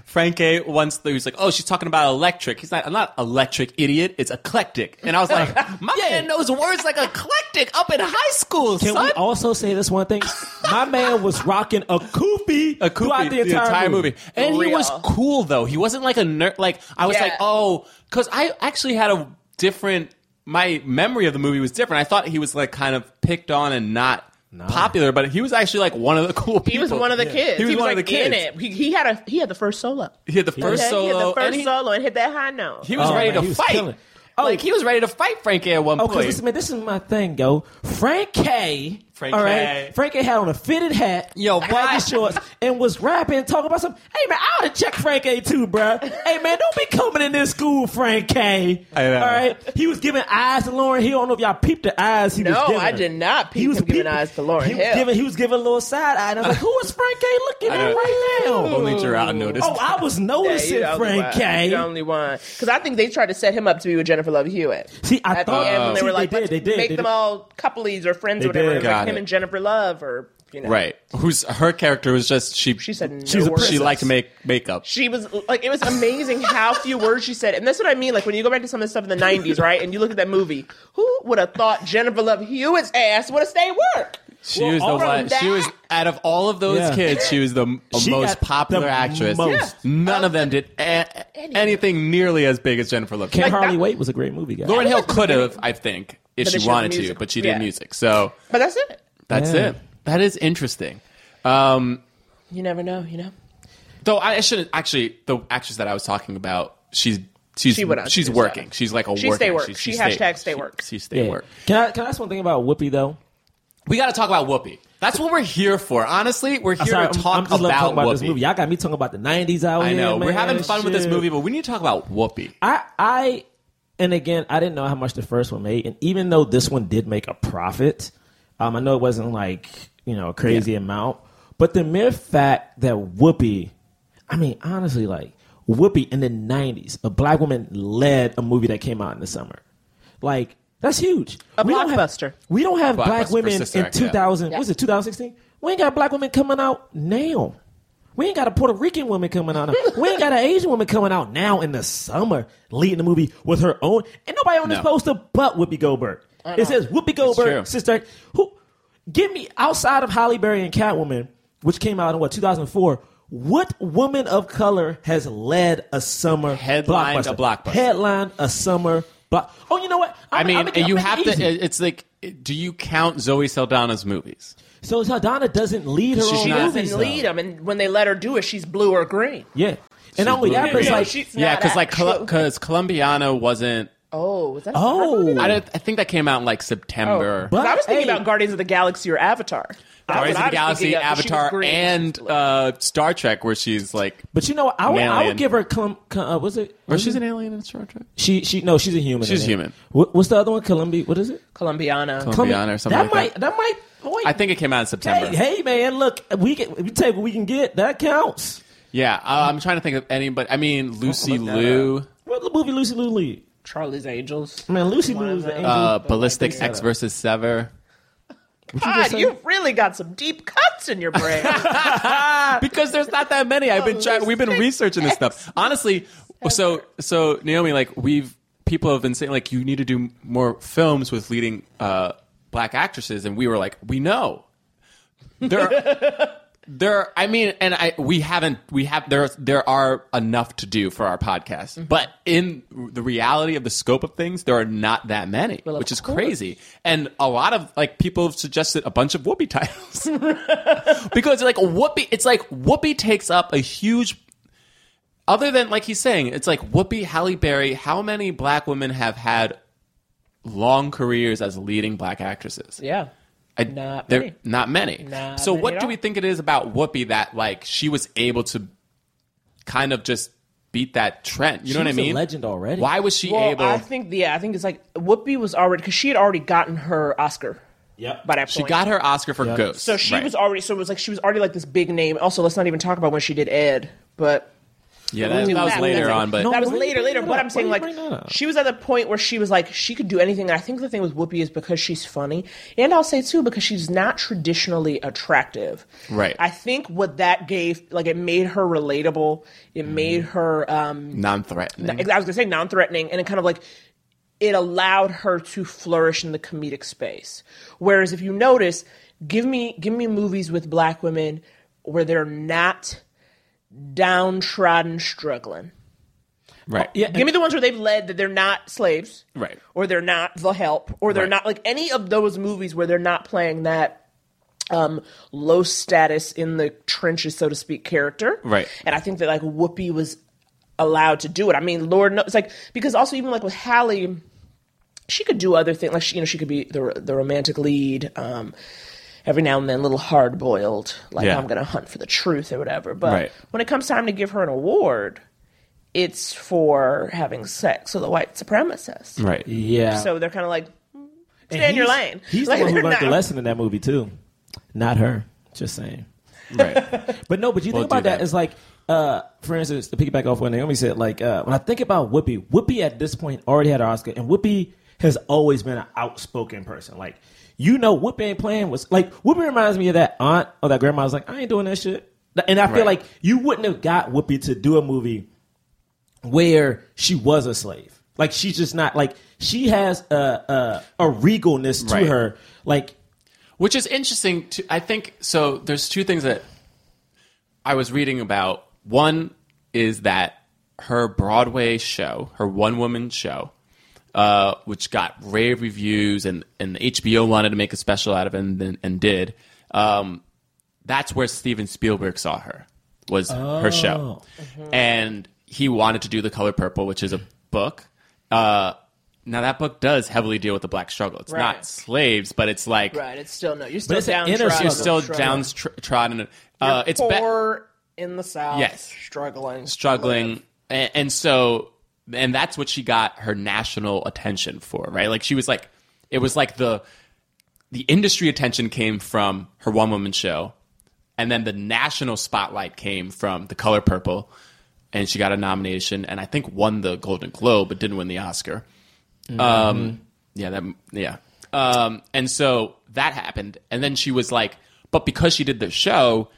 S3: Frankie once he was like, "Oh, she's talking about electric." He's like, "I'm not electric, idiot. It's eclectic." And I was like, "My man knows words like eclectic up in high school,
S2: Can
S3: son."
S2: we also say this one thing? My man was rocking a koofy
S3: a koofy
S2: throughout the entire,
S3: movie. And he
S4: real.
S3: was cool though. He wasn't like a nerd. Like I was
S4: Yeah.
S3: like, oh, because I actually had a different. My memory of the movie was different. I thought he was like kind of picked on and not popular, but he was actually like one of the cool people.
S4: He was one of the kids.
S3: He was, one
S4: like
S3: of the kids.
S4: in it. He, he had a he had the first solo.
S3: He had the first
S4: Okay,
S3: solo.
S4: he had the first
S3: and he,
S4: solo Oh. and hit that high note.
S3: he was
S2: Oh,
S3: ready
S2: man,
S3: to
S2: he was
S3: fight.
S2: killing.
S3: like he was ready to fight Frankie at one
S2: Oh,
S3: point.
S2: cause this, man, this is my thing, yo. Frank K.
S3: Frank
S2: all
S3: K.
S2: right, Frank K. had on a fitted hat,
S3: Yo, why-
S2: baggy shorts, and was rapping, talking about some. Hey man, I ought to check Frank K. too, bruh. Hey man, don't be coming in this school, Frank K.
S3: I know.
S2: All right, he was giving eyes to Lauren Hill. I don't know if y'all peeped the eyes. He was
S4: No,
S2: giving
S4: I
S2: her.
S4: did not peep
S2: He was
S4: him giving
S2: peeping-
S4: eyes to Lauryn
S2: he was
S4: Hill.
S2: Giving, he was giving a little side eye, and I was like, "Who is Frank K. looking
S3: I
S2: at
S3: know.
S2: right now?"
S3: Only Gerard noticed.
S2: Oh, I was
S4: Yeah,
S2: noticing
S4: you're the only
S2: Frank
S4: one.
S2: K.
S4: You're the only one. Because I think they tried to set him up to be with Jennifer Love Hewitt.
S2: See, I
S4: At the
S2: thought
S4: end, when they
S2: See,
S4: were like,
S2: they did,
S4: let's
S2: they did,
S4: make
S2: they
S4: them
S2: did.
S4: all couplies or friends
S2: They
S4: or whatever.
S2: did.
S4: It was like
S3: Got
S4: him
S3: it.
S4: and Jennifer Love or, you know.
S3: right? Who's her character was just she.
S4: She said no
S2: She's a-
S4: words.
S3: she liked to make makeup.
S4: she was like it was amazing how few words she said and that's what i mean like when you go back to some of the stuff in the 90s right and you look at that movie who would have thought jennifer love hewitt's ass would have stayed work
S3: She was the
S4: all of
S3: one. She
S4: that-
S3: was out of all of those
S2: Yeah.
S3: kids, she was the m-
S2: She got
S3: most popular
S2: the
S3: actress.
S2: most. Yeah.
S3: None of them did a- anything nearly as big as Jennifer Lopez.
S2: Can't Hardly
S4: that-
S2: Wait was a great movie, guys.
S3: Lauren Hill could have, I think, if
S4: But
S3: she
S4: if she
S3: wanted
S4: did
S3: to,
S4: music.
S3: but she did
S4: Yeah.
S3: music. So
S4: but that's it
S3: that's
S2: Yeah.
S3: it. That is interesting. Um,
S4: you never know you know
S3: though I shouldn't actually. The actress that I was talking about, she's she's
S4: She went out
S3: she's
S4: to do
S3: working.
S4: stuff.
S3: She's like a
S4: She
S3: working.
S4: stay work. She hashtag stay
S3: she-
S4: work.
S3: She stay
S2: Yeah.
S3: work.
S2: Can I can I ask one thing about Whoopi though?
S3: We got to talk about Whoopi. That's what we're here for. Honestly, we're here
S2: I'm sorry,
S3: to
S2: I'm-
S3: talk
S2: I'm just
S3: about,
S2: love talking about
S3: Whoopi.
S2: this movie. Y'all got me talking about the '90s out
S3: I
S2: here.
S3: know. We're
S2: man,
S3: having fun with this
S2: shit.
S3: movie, but we need to talk about Whoopi.
S2: I, I, and again, I didn't know how much the first one made, and even though this one did make a profit, um, I know it wasn't like you know a crazy amount, but the mere fact that Whoopi, I mean, honestly, like Whoopi in the '90s, a black woman led a movie that came out in the summer, like that's huge.
S4: A
S2: don't have-
S4: blockbuster.
S2: we don't have
S3: Blockbuster
S2: black
S3: for
S2: women
S3: Sister
S2: in
S3: Act, yeah.
S2: 2000. What's it? 2016. We ain't got black women coming out now. We ain't got a Puerto Rican woman coming out. Now. we ain't got an Asian woman coming out now in the summer, leading the movie with her own. And nobody on this
S3: No.
S2: poster but Whoopi Goldberg. It says Whoopi
S3: true.
S2: Goldberg, sister. Act. Who? Give me outside of Halle Berry and Catwoman, which came out in what 2004. What woman of color has led a summer
S3: Headlined a blockbuster.
S2: Headlined a summer block. Oh, you know what?
S3: I
S2: I'm-
S3: mean,
S2: I'm making- I'm
S3: you
S2: making
S3: have
S2: it easy.
S3: to. uh, It's like, do you count Zoe Saldana's movies?
S2: So Saldana doesn't lead her
S3: She's
S2: own
S3: not-
S2: movies.
S4: doesn't lead
S2: though.
S4: them and when they let her do it she's blue or green
S2: Yeah, and not only
S3: blue
S2: that, but it's
S3: Yeah,
S2: like
S4: she's
S3: yeah,
S4: not
S3: because like
S4: actual-
S3: because Columbiana wasn't
S4: Oh, was that? a Marvel movie?
S2: Oh,
S3: I, don't- I think that came out in like September.
S2: but
S4: I was thinking
S2: hey,
S4: about Guardians of the Galaxy or Avatar. That's
S3: Guardians
S4: what
S3: of the
S4: I was
S3: Galaxy,
S4: thinking of, 'cause she was
S3: Avatar,
S4: green.
S3: and uh, Star Trek, where she's like,
S2: But you know, what? I would, I
S3: Alien.
S2: would give her. Clum, clum, uh, was it?
S3: or
S2: was
S3: she's
S2: it-
S3: an alien in Star Trek.
S2: She she no, she's a human.
S3: She's
S2: in it.
S3: human.
S2: What, what's the other one? Columbia. What is it?
S4: Colombiana.
S3: Colombiana or something
S2: That
S3: like
S2: might.
S3: that.
S2: That might. Boy,
S3: I think it came out in September.
S2: Hey, hey, man, look, we can we take what we can get. That counts.
S3: Yeah, uh, I'm trying to think of any, but I mean Lucy Liu, uh,
S2: What the movie Lucy Liu lead?
S4: Charlie's Angels.
S2: Man, Lucy
S4: One
S2: Liu
S4: of
S2: is the
S4: them.
S2: angel.
S3: uh, Ballistic X versus Sever.
S4: God, you've really got some deep cuts in your brain.
S3: because there's not that many. I've been trying. We've been researching this stuff. Honestly, so so Naomi, like we've people have been saying like you need to do more films with leading uh, black actresses, and we were like, we know there. There, I mean, and I we haven't we have there there are enough to do for our
S4: Mm-hmm.
S3: podcast, but in the reality of the scope of things, there are not that many,
S4: of
S3: which is
S4: course.
S3: crazy. And a lot of like people have suggested a bunch of Whoopi titles because like Whoopi, it's like Whoopi takes up a huge. Other than like he's saying, it's like Whoopi, Halle Berry. How many black women have had long careers as leading black actresses?
S4: yeah.
S3: I-
S4: Not
S3: there-
S4: many.
S3: Not many.
S4: Not
S3: so
S4: many
S3: what
S4: at
S3: do
S4: all.
S3: we think it is about Whoopi that like she was able to kind of just beat that trend? You know
S2: She
S3: what I
S2: was a
S3: mean?
S2: legend already.
S3: Why was she
S4: Well,
S3: able?
S4: I think yeah, I think it's like Whoopi was already because she had already gotten her Oscar.
S2: Yep.
S4: By that
S3: she
S4: point,
S3: got her Oscar for Ghost.
S4: So she
S3: right.
S4: was already. So it was like she was already like this big name. Also, let's not even talk about when she did Ed, but
S3: Yeah, that, that was
S4: That-
S3: later
S4: that's-
S3: on, but
S2: No,
S4: that was
S2: why you
S4: later,
S2: bring
S4: later.
S2: that
S4: But
S2: up?
S4: I'm saying,
S2: Why
S4: like,
S2: you bring that up?
S4: she was at the point where she was like, she could do anything. And I think the thing with Whoopi is because she's funny, and I'll say too because she's not traditionally attractive.
S3: Right.
S4: I think what that gave, like, it made her relatable.
S3: Mm-hmm.
S4: It made her. um
S3: non-threatening.
S4: I was gonna say non-threatening, and it kind of like it allowed her to flourish in the comedic space. Whereas if you notice, give me give me movies with black women where they're not downtrodden, struggling.
S3: right.
S2: yeah,
S4: Give me the ones where they've led that they're not slaves,
S3: Right.
S4: Or they're not the help, or they're
S3: Right.
S4: not like any of those movies where they're not playing that um, low status in the trenches, so to speak, character,
S3: Right.
S4: And I think that like Whoopi was allowed to do it. I mean, Lord knows, like because also even like with Hallie, she could do other things. Like she, you know, she could be the the romantic lead. Um, Every now and then, a little hard boiled, like
S3: Yeah.
S4: I'm going to hunt for the truth or whatever. But
S3: Right.
S4: when it comes time to give her an award, it's for having sex with a white supremacist.
S3: Right.
S2: yeah.
S4: So they're kind of like, mm,
S2: And
S4: stay in your
S2: he's-
S4: lane.
S2: He's
S4: like,
S2: the one who
S4: they're
S2: learned the
S4: not-
S2: lesson in that movie too, not her. Just saying.
S3: Right.
S2: But no, but you
S3: We'll
S2: think about
S3: do
S2: that.
S3: that.
S2: It's like, uh, for instance, to piggyback off what Naomi said, like uh, when I think about Whoopi, Whoopi at this point already had her Oscar, and Whoopi has always been an outspoken person. Like, you know, Whoopi ain't playing with like Whoopi reminds me of that aunt or that grandma. was like, I ain't doing that shit. And I feel
S3: Right.
S2: like you wouldn't have got Whoopi to do a movie where she was a slave. Like she's just not like she has a a, a regalness to
S3: Right.
S2: her. Like
S3: which is interesting to i think so there's two things that i was reading about one is that her broadway show her one woman show uh, which got rave reviews and, and hbo wanted to make a special out of it and, and, and did um, that's where steven spielberg saw her was her show
S4: Mm-hmm.
S3: and he wanted to do the color purple which is a book uh, now that book does heavily deal with the black struggle it's
S4: Right.
S3: not slaves but it's like
S4: Right, it's still no. You're still
S2: it's an
S4: down.
S2: inner
S3: you're
S2: struggle.
S3: still
S4: struggling.
S3: downtrodden. Uh, it's ba-
S4: poor in the south.
S3: Yes.
S4: struggling,
S3: struggling, and, and so and that's what she got her national attention for, right? Like she was like, it was like the the industry attention came from her one woman show, and then the national spotlight came from The Color Purple, and she got a nomination, and I think won the Golden Globe, but didn't win the Oscar.
S2: Mm-hmm.
S3: Um, yeah, that yeah. Um, and so that happened, and then she was like, but because she did the show,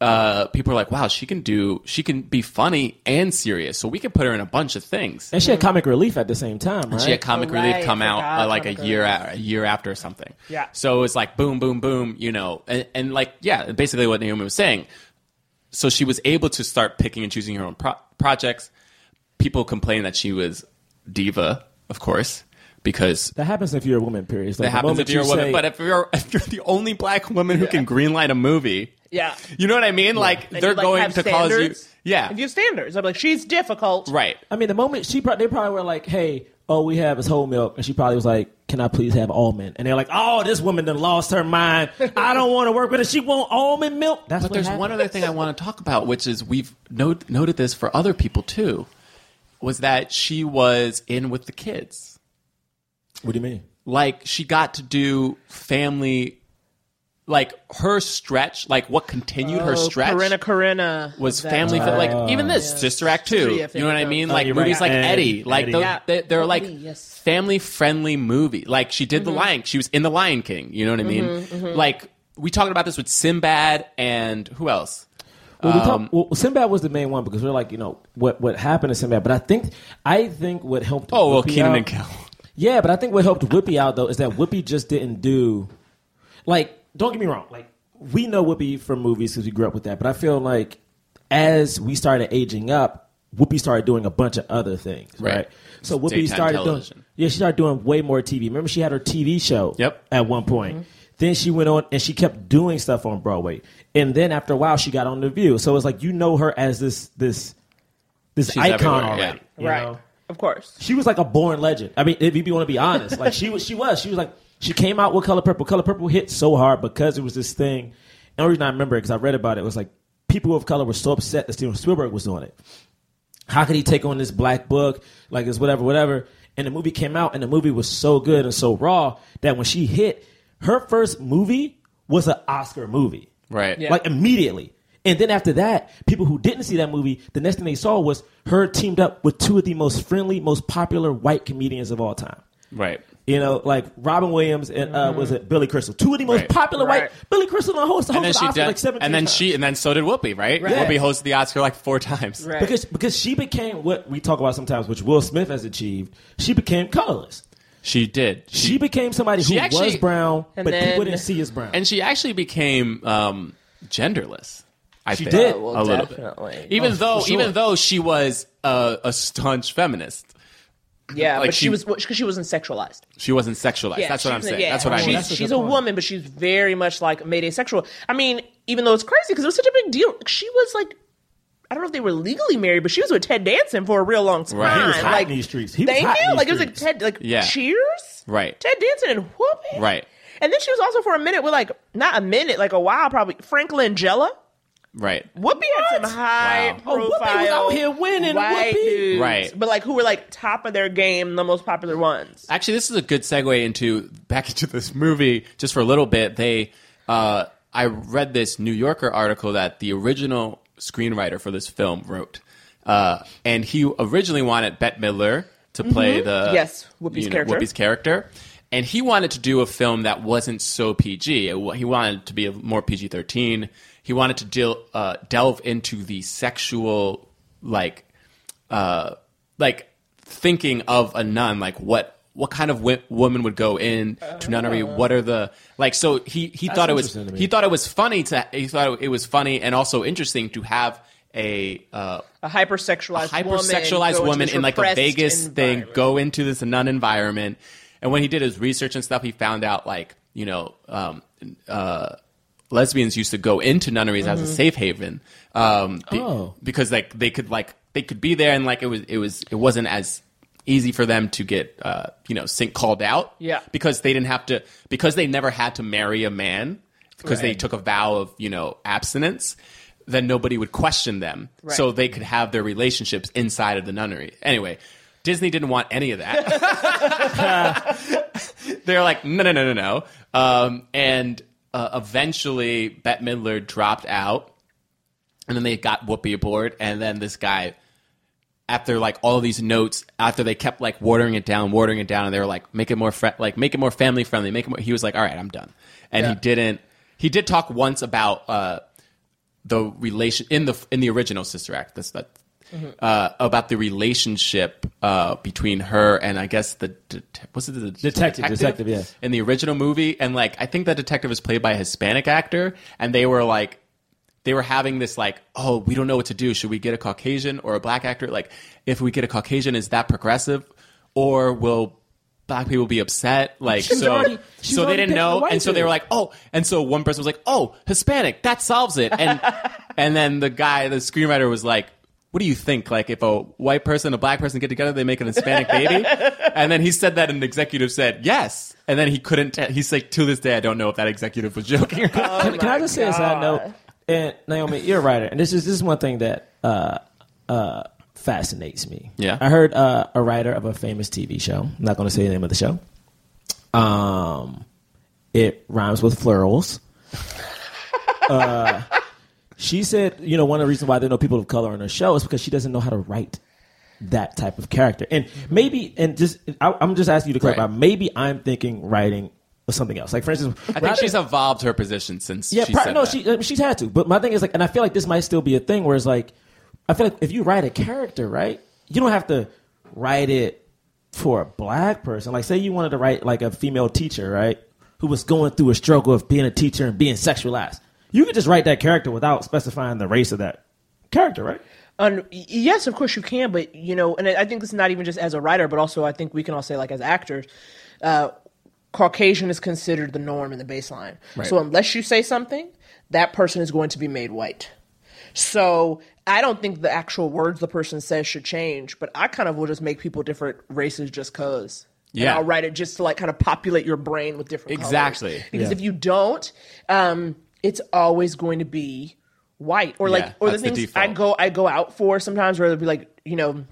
S3: uh, people are like, wow, she can do, she can be funny and serious, so we can put her in a bunch of things.
S2: and she had comic relief at the same time, right?
S3: Mm-hmm. She had Comic
S4: Oh,
S3: Relief
S4: right,
S3: come out
S4: forgot
S3: uh, like a
S4: Comic
S3: year
S4: Relief.
S3: a, a year after or something.
S4: Yeah.
S3: So it was like boom, boom, boom, you know, and, and like yeah, basically what Naomi was saying. So she was able to start picking and choosing her own pro- projects. People complained that she was diva, of course, because
S2: That happens if you're a woman. Period. It's Like
S3: that
S2: the
S3: happens
S2: moment
S3: if you're a
S2: you
S3: woman.
S2: say-
S3: but if you're if you're the only black woman who can greenlight a movie,
S4: Yeah.
S3: you know what I mean. Like
S4: And
S3: they're
S4: you, like,
S3: going
S4: have
S3: to cause you,
S4: standards.
S3: yeah,
S4: If you have standards, I'm like, she's difficult.
S3: right.
S2: I mean, the moment she, pro- they probably were like, "Hey, oh, we have is whole milk. And she probably was like, can I please have almond? And they're like, oh, this woman done lost her mind. I don't want to work with her. She want almond milk. That's
S3: But
S2: what
S3: there's
S2: happened.
S3: one other thing I want to talk about, which is we've note, noted this for other people too, was that she was in with the kids.
S2: What do you mean?
S3: Like she got to do family, like her stretch, like what continued her stretch
S4: Oh, Corinna Corinna
S3: was
S4: that-
S3: family. fi- like even this Sister Act two,
S4: yeah,
S3: you know what I
S4: Family
S3: mean?
S4: Film.
S3: Like
S2: Oh, you're
S3: movies
S2: right.
S3: like
S2: And
S3: Eddie, like
S2: Eddie.
S3: the,
S4: Yeah.
S3: they, they're like
S4: Eddie, yes. Mm-hmm.
S3: family friendly movie. Like she did the Lion, she was in the Lion King. You know what I mean? Like we talking about this with Sinbad and who else?
S2: Well, we
S3: Um,
S2: talk, well, Sinbad was the main one because we're like, you know, what what happened to Sinbad. But I think I think what helped.
S3: Oh well,
S2: Whoopi
S3: Keenan
S2: out-
S3: and Kel.
S2: Yeah, but I think what helped Whippy out though is that Whippy just didn't do, like, don't get me wrong, like we know Whippy from movies because we grew up with that. But I feel like as we started aging up, Whoopi started doing a bunch of other things, right?
S3: Right.
S2: So Whoopi
S3: Daytime
S2: started
S3: television.
S2: doing, yeah, she started doing way more TV. Remember, she had her TV show,
S3: Yep.
S2: at one point. Then she went on and she kept doing stuff on Broadway, and then after a while, she got on The View. So it's like you know her as this this this icon
S3: everywhere, yeah.
S2: already, you
S4: right.
S2: know?
S4: Of course.
S2: she was like a born legend. I mean, if you want to be honest, like she was, she was, she was like she came out with Color Purple. Color Purple hit so hard because it was this thing. And the only reason I remember it because I read about it was like people of color were so upset that Steven Spielberg was doing it. How could he take on this black book? Like it's whatever, whatever. And the movie came out, and the movie was so good and so raw that when she hit, her first movie was an Oscar movie.
S3: Right.
S2: Like immediately. And then after that, people who didn't see that movie, the next thing they saw was her teamed up with two of the most friendly, most popular white comedians of all time.
S3: Right.
S2: You know, like Robin Williams and uh, was it Billy Crystal? Two of the most
S3: Right.
S2: popular
S4: Right.
S2: white. Billy Crystal host,
S3: And then
S2: hosted the
S3: she
S2: Oscar
S3: did,
S2: like seven
S3: and then she, and then so did Whoopi, right?
S2: Yeah.
S3: Whoopi hosted the Oscar like four times.
S4: Right.
S2: because because she became what we talk about sometimes, which Will Smith has achieved. She became colorless.
S3: She did.
S2: She, became somebody
S3: she
S2: who
S3: actually-
S2: was brown,
S4: And
S2: but
S4: then-
S2: people didn't see as brown.
S3: and she actually became um, genderless. I
S2: She
S3: think
S2: did.
S3: a
S2: Oh,
S4: well,
S3: little
S4: definitely.
S3: bit. Even though,
S2: sure.
S3: even though she was a, a staunch feminist,
S4: Yeah,
S3: Like
S4: but she,
S3: she-
S4: was because she wasn't sexualized.
S3: she wasn't sexualized.
S4: Yeah,
S3: that's what
S4: she's
S3: I'm
S4: a-
S3: saying.
S4: yeah,
S3: That's what I
S4: she's,
S3: mean.
S2: That's a
S4: she's
S2: good
S4: a
S2: point.
S4: woman, but she's very much like made asexual. I mean, even though it's crazy because it was such a big deal, she was like. I don't know if they were legally married, but she was with Ted Danson for a real long time.
S3: Right. He was
S2: hot
S4: like,
S2: in these streets. He was
S4: thank
S2: hot in
S4: you.
S2: these
S4: like it was
S2: streets.
S4: like Ted, like
S3: Yeah.
S4: Cheers,
S3: Right.
S4: Ted Danson and Whoopi,
S3: Right.
S4: And then she was also for a minute with like not a minute, like a while probably Frank Langella.
S3: right.
S4: Whoopi had some high
S3: Wow.
S2: Oh, Whoopi
S4: profile.
S2: was out here winning,
S4: white
S2: Whoopi.
S4: dudes,
S3: Right.
S4: But like who were like top of their game, the most popular ones.
S3: Actually, this is a good segue into back into this movie just for a little bit. They, uh, I read this New Yorker article that the original screenwriter for this film wrote, uh, and he originally wanted Bette Midler to play the
S4: Mm-hmm. Yes, Whoopi's character.
S3: Whoopi's character, and he wanted to do a film that wasn't so PG. It wa- He wanted to be a more PG thirteen. He wanted to deal, uh, delve into the sexual like uh, like thinking of a nun, like what what kind of w- woman would go in to nunnery? What are the like? So he he thought it was
S2: Uh-huh. interesting to me.
S3: he thought it was funny to he thought it was funny and also interesting to have a uh,
S4: A hypersexualized
S3: hypersexualized
S4: woman,
S3: woman in like a Vegas thing go into this nun environment. And when he did his research and stuff, he found out like you know um, uh, lesbians used to go into nunneries as
S4: Mm-hmm.
S3: a safe haven um, be-
S2: Oh.
S3: because like they could like they could be there and like it was it was it wasn't as easy for them to get uh, you know sink called out
S4: Yeah.
S3: because they didn't have to because they never had to marry a man because they took a vow of you know abstinence then nobody would question them so they could have their relationships inside of the nunnery anyway disney didn't want any of that they're like no no no no no um, and uh, eventually bette midler dropped out and then they got whoopi aboard and then this guy after like all these notes, after they kept like watering it down, watering it down, and they were like, make it more fri- like make it more family friendly, make it more. He was like, all right, I'm done, and he didn't. He did talk once about uh, the relation in the in the original Sister Act. That's that
S2: Mm-hmm.
S3: uh, about the relationship uh, between her and I guess the det- was it the
S2: Detective, detective, yeah.
S3: in the original movie, and like I think that detective is played by a Hispanic actor, and they were like they were having this like, oh, we don't know what to do. Should we get a Caucasian or a black actor? Like, if we get a Caucasian, is that progressive, or will black people be upset? Like,
S2: She's
S3: so
S2: already- she's
S3: so they
S2: already
S3: didn't
S2: picking
S3: know,
S2: the white
S3: and so they were
S2: dude.
S3: like, oh, and so one person was like, oh, Hispanic, that solves it, and and then the guy, the screenwriter was like. what do you think? Like, if a white person and a black person get together, they make an Hispanic baby? And then he said that, and the executive said, yes. And then he couldn't, t- he's like, to this day, I don't know if that executive was joking or not.
S2: can, can I just say a side note? And Naomi, you're a writer, and this is this is one thing that uh, uh, fascinates me.
S3: Yeah.
S2: I heard uh, a writer of a famous TV show. I'm not going to say the name of the show. Um, it rhymes with florals. uh, she said, you know, one of the reasons why there are no people of color on her show is because she doesn't know how to write that type of character. And maybe, and just, I, I'm just asking you to clarify.
S3: Right.
S2: Maybe I'm thinking writing or something else. Like, for instance,
S3: I
S2: rather-
S3: think she's evolved her position since
S2: yeah,
S3: she
S2: pro-
S3: said
S2: no,
S3: that.
S2: she uh, she's had to. But my thing is like, and I feel like this might still be a thing where it's like, I feel like if you write a character, right, you don't have to write it for a black person. Like, say you wanted to write like a female teacher, right, who was going through a struggle of being a teacher and being sexualized. You could just write that character without specifying the race of that character, right?
S4: Un- y- yes, of course you can, but you know, and I I think it's not even just as a writer, but also I think we can all say like as actors, uh, Caucasian is considered the norm and the baseline. So unless you say something, that person is going to be made white. So I don't think the actual words the person says should change, but I kind of will just make people different races just cause. And
S3: Yeah.
S4: I'll write it just to like kind of populate your brain with different colors.
S3: Exactly.
S4: Because
S2: Yeah.
S4: if you don't, um, it's always going to be white or like
S3: Yeah,
S4: or the
S3: that's the
S4: things
S3: default.
S4: I go I go out for sometimes where it'll be like you know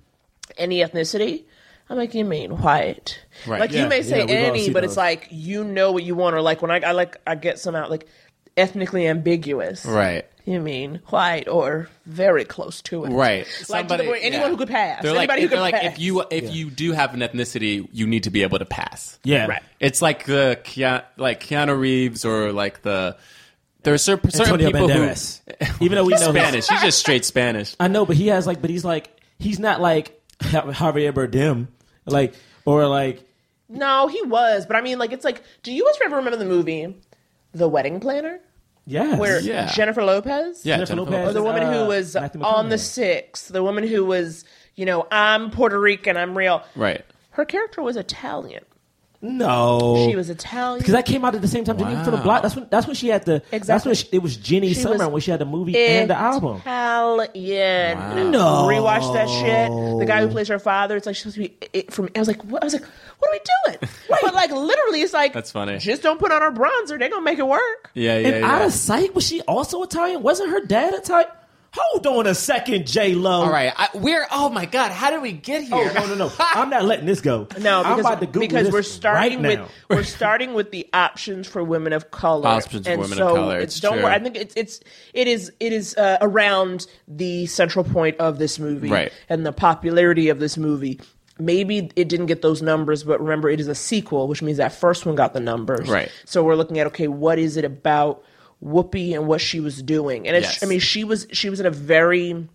S4: any ethnicity. I'm like you mean white,
S3: Right.
S4: Like
S3: Yeah,
S4: you may
S2: yeah,
S4: say
S2: we've all
S4: any,
S2: seen
S4: but it's
S2: those.
S4: like you know what you want or like when I, I like I get some out like ethnically ambiguous,
S3: Right.
S4: You mean white or very close to it,
S3: Right.
S4: Like to the
S3: Somebody-
S4: point, anyone
S3: yeah.
S4: who could pass,
S3: They're like,
S4: anybody who
S3: they're
S4: could
S3: like,
S4: pass.
S3: if you if you do have an ethnicity, you need to be able to pass.
S2: Yeah,
S4: Right.
S3: It's like the Keanu, like Keanu Reeves or like the there are cer- certain
S2: Antonio
S3: people
S2: Banderas. Even though we
S3: who
S2: know he's-
S3: Spanish. He's just straight Spanish.
S2: I know, but he has like, but he's like, he's not like Ja- Javier Bardem, like or like.
S4: no, he was, but I mean like it's like do you guys ever remember the movie The Wedding Planner
S2: Yes.
S4: where
S3: Yeah.
S4: Jennifer Lopez,
S3: Yeah,
S2: Jennifer
S3: Jennifer
S2: Lopez.
S4: Or the woman
S2: Uh,
S4: who was
S2: Matthew
S4: on the
S2: McConaughey.
S4: sixth, the woman who was, you know, I'm Puerto Rican, I'm real.
S3: Right.
S4: Her character was Italian.
S2: No.
S4: She was Italian.
S2: Oh. Because that came out at the same time. Jenny for the
S3: Wow.
S2: block. That's when. That's when she had the. That's
S4: Exactly.
S2: when she, it was Jenny
S4: She
S2: Summer
S4: was
S2: when she had the movie and the album.
S4: Italian.
S2: No.
S4: Rewatch that shit. The guy who plays her father, it's like she's supposed to be it from. I was like, what? I was like, what are we doing? But like, literally, it's like
S3: That's funny.
S4: Just don't put on her bronzer. They're gonna make it work.
S3: Yeah, yeah,
S2: And
S3: yeah.
S2: out of sight, was she also Italian? Wasn't her dad Italian? Hold on a second, J Lo.
S3: All right. I, we're oh my god, how did we get here?
S2: Oh no no no! I'm not letting this go.
S4: No,
S2: I'm
S4: because,
S2: about to Google
S4: because
S2: this
S4: we're starting
S2: right now.
S4: with we're starting with the options for women of color.
S3: Options for
S4: and
S3: women of
S4: so
S3: color,
S4: It's,
S3: it's
S4: don't
S3: true.
S4: worry. I think it's it's it is it is uh, around the central point of this movie
S3: Right.
S4: and the popularity of this movie. Maybe it didn't get those numbers, but remember it is a sequel, which means that first one got the numbers.
S3: Right.
S4: So we're looking at okay, what is it about Whoopi and what she was doing? And it's,
S3: Yes.
S4: I mean, she was she was in a very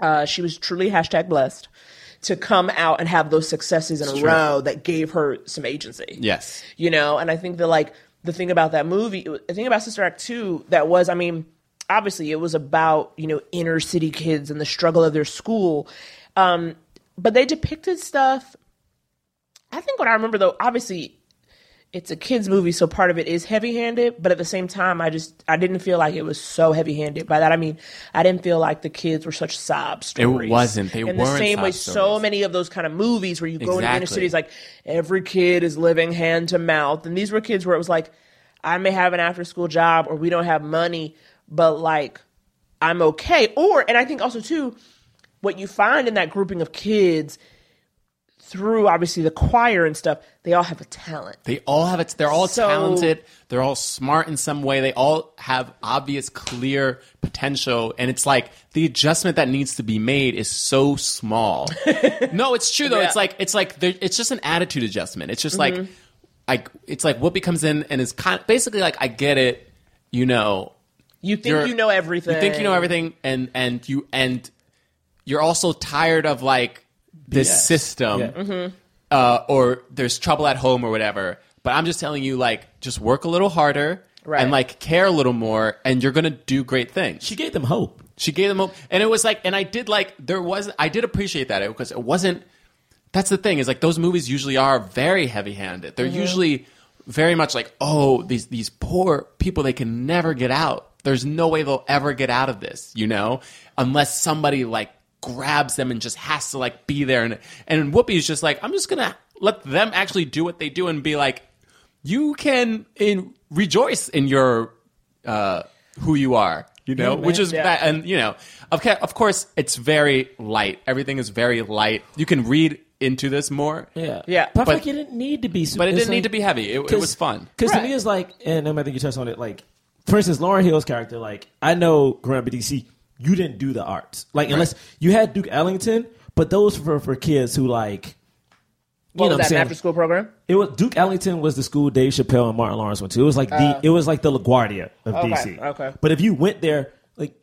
S4: uh, she was truly hashtag blessed to come out and have those successes in a row that gave her some agency.
S3: Yes.
S4: You know, and I think that like the thing about that movie, the thing about Sister Act 2 that was, I mean, obviously it was about, you know, inner city kids and the struggle of their school. Um, but they depicted stuff. I think what I remember though, obviously it's a kids movie, so part of it is heavy handed. But at the same time, I just I didn't feel like it was so heavy handed. By that I mean I didn't feel like the kids were such sob stories.
S3: wasn't. They
S4: in the
S3: weren't
S4: same
S3: sob
S4: way. So
S3: stories.
S4: many of those kind of movies where you go into inner
S3: Exactly.
S4: cities, like every kid is living hand to mouth, and these were kids where it was like I may have an after school job or we don't have money, but like I'm okay. Or and I think also too, what you find in that grouping of kids through obviously the choir and stuff, they all have a talent.
S3: They all have it. They're all
S4: So-
S3: talented. They're all smart in some way. They all have obvious, clear potential. And it's like the adjustment that needs to be made is so small. no, it's true though. It's like it's like there- it's just an attitude adjustment. It's just like like it's like Whoopi comes in and is kind basically like I get it. You know,
S4: You think
S3: you're-
S4: you know everything.
S3: You think you know everything, and and you and you're also tired of like this
S2: BS.
S3: system,
S2: Yeah.
S4: Mm-hmm.
S3: uh, or there's trouble at home or whatever. But I'm just telling you, like, just work a little harder
S4: Right.
S3: and like care a little more, and you're gonna do great things.
S2: She gave them hope.
S3: She gave them hope, and it was like, and I did like there was I did appreciate that because it wasn't. That's the thing is like those movies usually are very heavy handed. They're usually very much like oh these these poor people they can never get out. There's no way they'll ever get out of this, you know, unless somebody like grabs them and just has to like be there and and Whoopi's just like I'm just gonna let them actually do what they do and be like you can in rejoice in your uh who you are you know which is
S4: Yeah.
S3: that and you know of ca- of course it's very light everything is very light you can read into this more
S2: Yeah.
S4: Yeah.
S2: But, I
S3: But-
S2: feel like it didn't need to be. su-
S3: but it
S2: it's
S3: didn't
S2: like-
S3: need to be heavy it, it was fun
S2: Because
S4: Right.
S2: to me, it's like, and um, I think you touched on it. Like, for instance, Lauren Hill's character. Like, I know Grand BDC. You didn't do the arts, like unless you had Duke Ellington, but those were for kids who like.
S4: What
S2: you know
S4: was that
S2: what I'm
S4: an
S2: saying?
S4: after school program?
S2: It was Duke Ellington was the school Dave Chappelle and Martin Lawrence went to. It was like the it was like the LaGuardia of
S4: Uh, Okay,
S2: DC.
S4: okay.
S2: But if you went there, like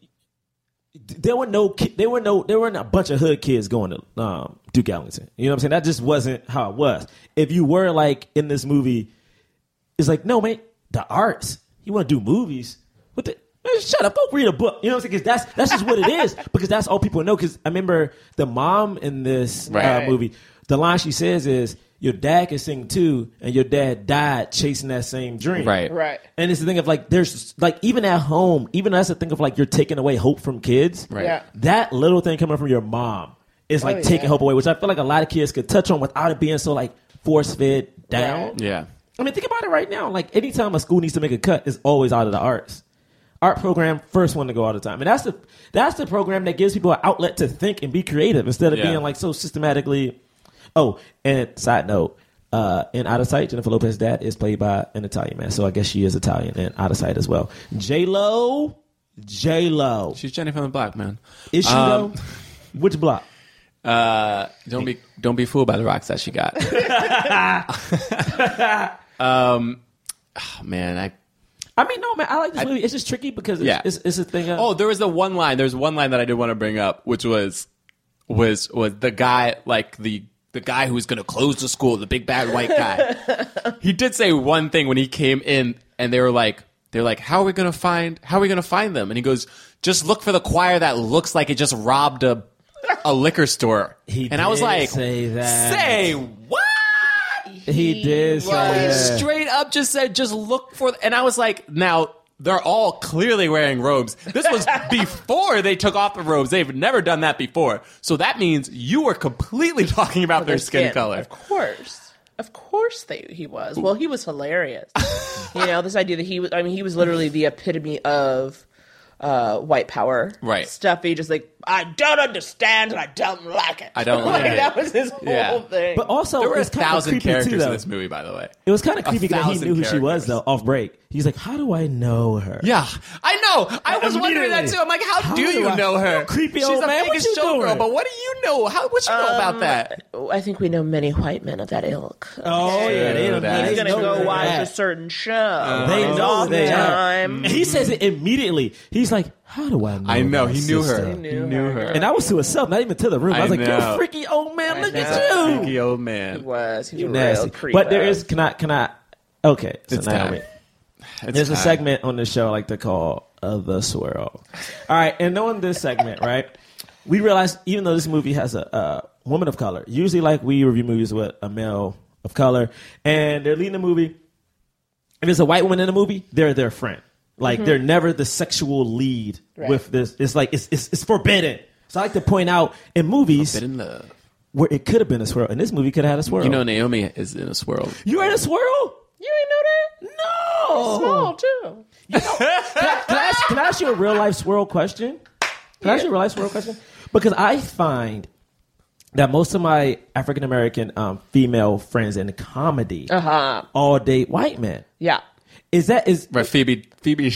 S2: th- there were no ki- there were no there weren't a bunch of hood kids going to um, Duke Ellington. You know what I'm saying? That just wasn't how it was. If you were like in this movie, it's like no man, the arts. You want to do movies? What the? Man, shut up! Go read a book. You know what I'm saying? 'Cause that's that's just what it is. Because that's all people know. Because I remember the mom in this
S3: Right.
S2: uh, movie. The line she says is, "Your dad can sing too, and your dad died chasing that same dream."
S3: Right.
S4: Right.
S2: And it's the thing of like, there's like even at home, even that's the thing of like you're taking away hope from kids.
S3: Right.
S4: Yeah. Oh,
S2: That little thing coming from your mom is like
S4: yeah.
S2: taking hope away, which I feel like a lot of kids could touch on without it being so like force fed down.
S4: Right.
S3: yeah
S2: I mean, think about it right now. Like anytime a school needs to make a cut, it's always out of the arts. Art program first one to go all the time, and that's the that's the program that gives people an outlet to think and be creative instead of
S3: Yeah.
S2: being like so systematically. Oh, and side note, uh, in Out of Sight, Jennifer Lopez's dad is played by an Italian man, so I guess she is Italian and Out of Sight as well. J Lo, J Lo,
S3: she's Jenny from the Black man
S2: is she
S3: Um,
S2: though? Which block?
S3: Uh, don't be don't be fooled by the rocks that she got. um, oh, man, I
S2: I mean, no, man, I like this movie. It's just tricky because it's,
S3: Yeah.
S2: it's, it's a thing. Of,
S3: oh, there was the one line. There's one line that I did want to bring up, which was was was the guy like the the guy who was going to close the school, the big bad white guy. he did say one thing when he came in, and they were like. They're like, how are we gonna find? How are we gonna find them? And he goes, just look for the choir that looks like it just robbed a, a liquor store.
S2: He
S3: and I was
S2: did
S3: like,
S2: say that.
S3: say what?
S2: he did. say
S3: He
S2: that.
S3: straight up just said, just look for. And I was like, now they're all clearly wearing robes. This was before they took off the robes. They've never done that before. So that means you were completely talking about their skin, color.
S4: Of course. Of course they, he was. Well, he was hilarious. you know, this idea that he was, I mean, he was literally the epitome of uh, white power.
S3: Right.
S4: Stuffy, just like, I don't understand and I don't like it.
S3: I don't like it.
S4: That was his whole
S3: Yeah.
S4: thing.
S2: But also,
S3: There were a
S2: it's kind of
S3: thousand
S2: creepy
S3: characters
S2: too,
S3: in
S2: though.
S3: this movie, by the way.
S2: It was kind of
S3: A
S2: creepy because he knew
S3: thousand
S2: who she was
S3: characters.
S2: though off break. He's like, "How do I know her?"
S3: Yeah, I know. I was wondering that
S2: Immediately.
S3: too. I'm like, how,
S2: How
S3: do
S2: do
S3: you
S2: I-
S3: know her?
S2: You creepy
S3: She's
S2: old
S3: a
S2: man. What
S3: Vegas
S2: you
S3: showgirl,
S2: doing?
S3: but what do you know? How what you know
S2: Um,
S3: about that?
S4: I think we know many white men of that ilk.
S2: Oh yeah, they don't.
S3: That's
S2: they
S4: He's gonna
S2: know
S4: go
S2: that. Uh-huh.
S4: watch a certain show.
S2: They know
S4: all the
S2: they are.
S4: time.
S2: He says it immediately. He's like, "How do I know?"
S3: I know
S2: my
S3: he knew
S2: sister?"
S3: her. Oh, He knew her.
S2: And I was to himself, not even to the room. I,
S3: I
S2: was like, "You
S3: know.
S2: freaky old man, look
S4: know.
S2: at you,
S3: Freaky old
S4: He
S3: man.
S4: was. He was a real
S2: nasty."
S4: creep.
S2: But there is can I can I? Okay, so
S3: It's
S2: now
S3: time.
S2: we-
S3: It's
S2: There's a
S3: time.
S2: segment on the show I like to call uh, the swirl. All right, and knowing this segment, right, we realized even though this movie has a, uh woman of color, usually like we review movies with a male of color, and they're leading the movie. If there's a white woman in the movie, they're their friend. Like
S4: Mm-hmm.
S2: they're never the sexual lead with this. It's like it's, it's it's forbidden. So I like to point out in movies
S3: Been in love.
S2: where it could have been a swirl, and this movie could have had a swirl.
S3: You know, Naomi is in a swirl.
S2: you're in a swirl.
S4: You ain't know
S2: No,
S4: that? Small, too.
S2: can, I ask, can I ask you a real life swirl question? Can I ask you a real life swirl question? Because I find that most of my African American um, female friends in comedy all date white men.
S4: Uh-huh. Yeah.
S2: Is that is
S3: Right, Phoebe. Phoebe.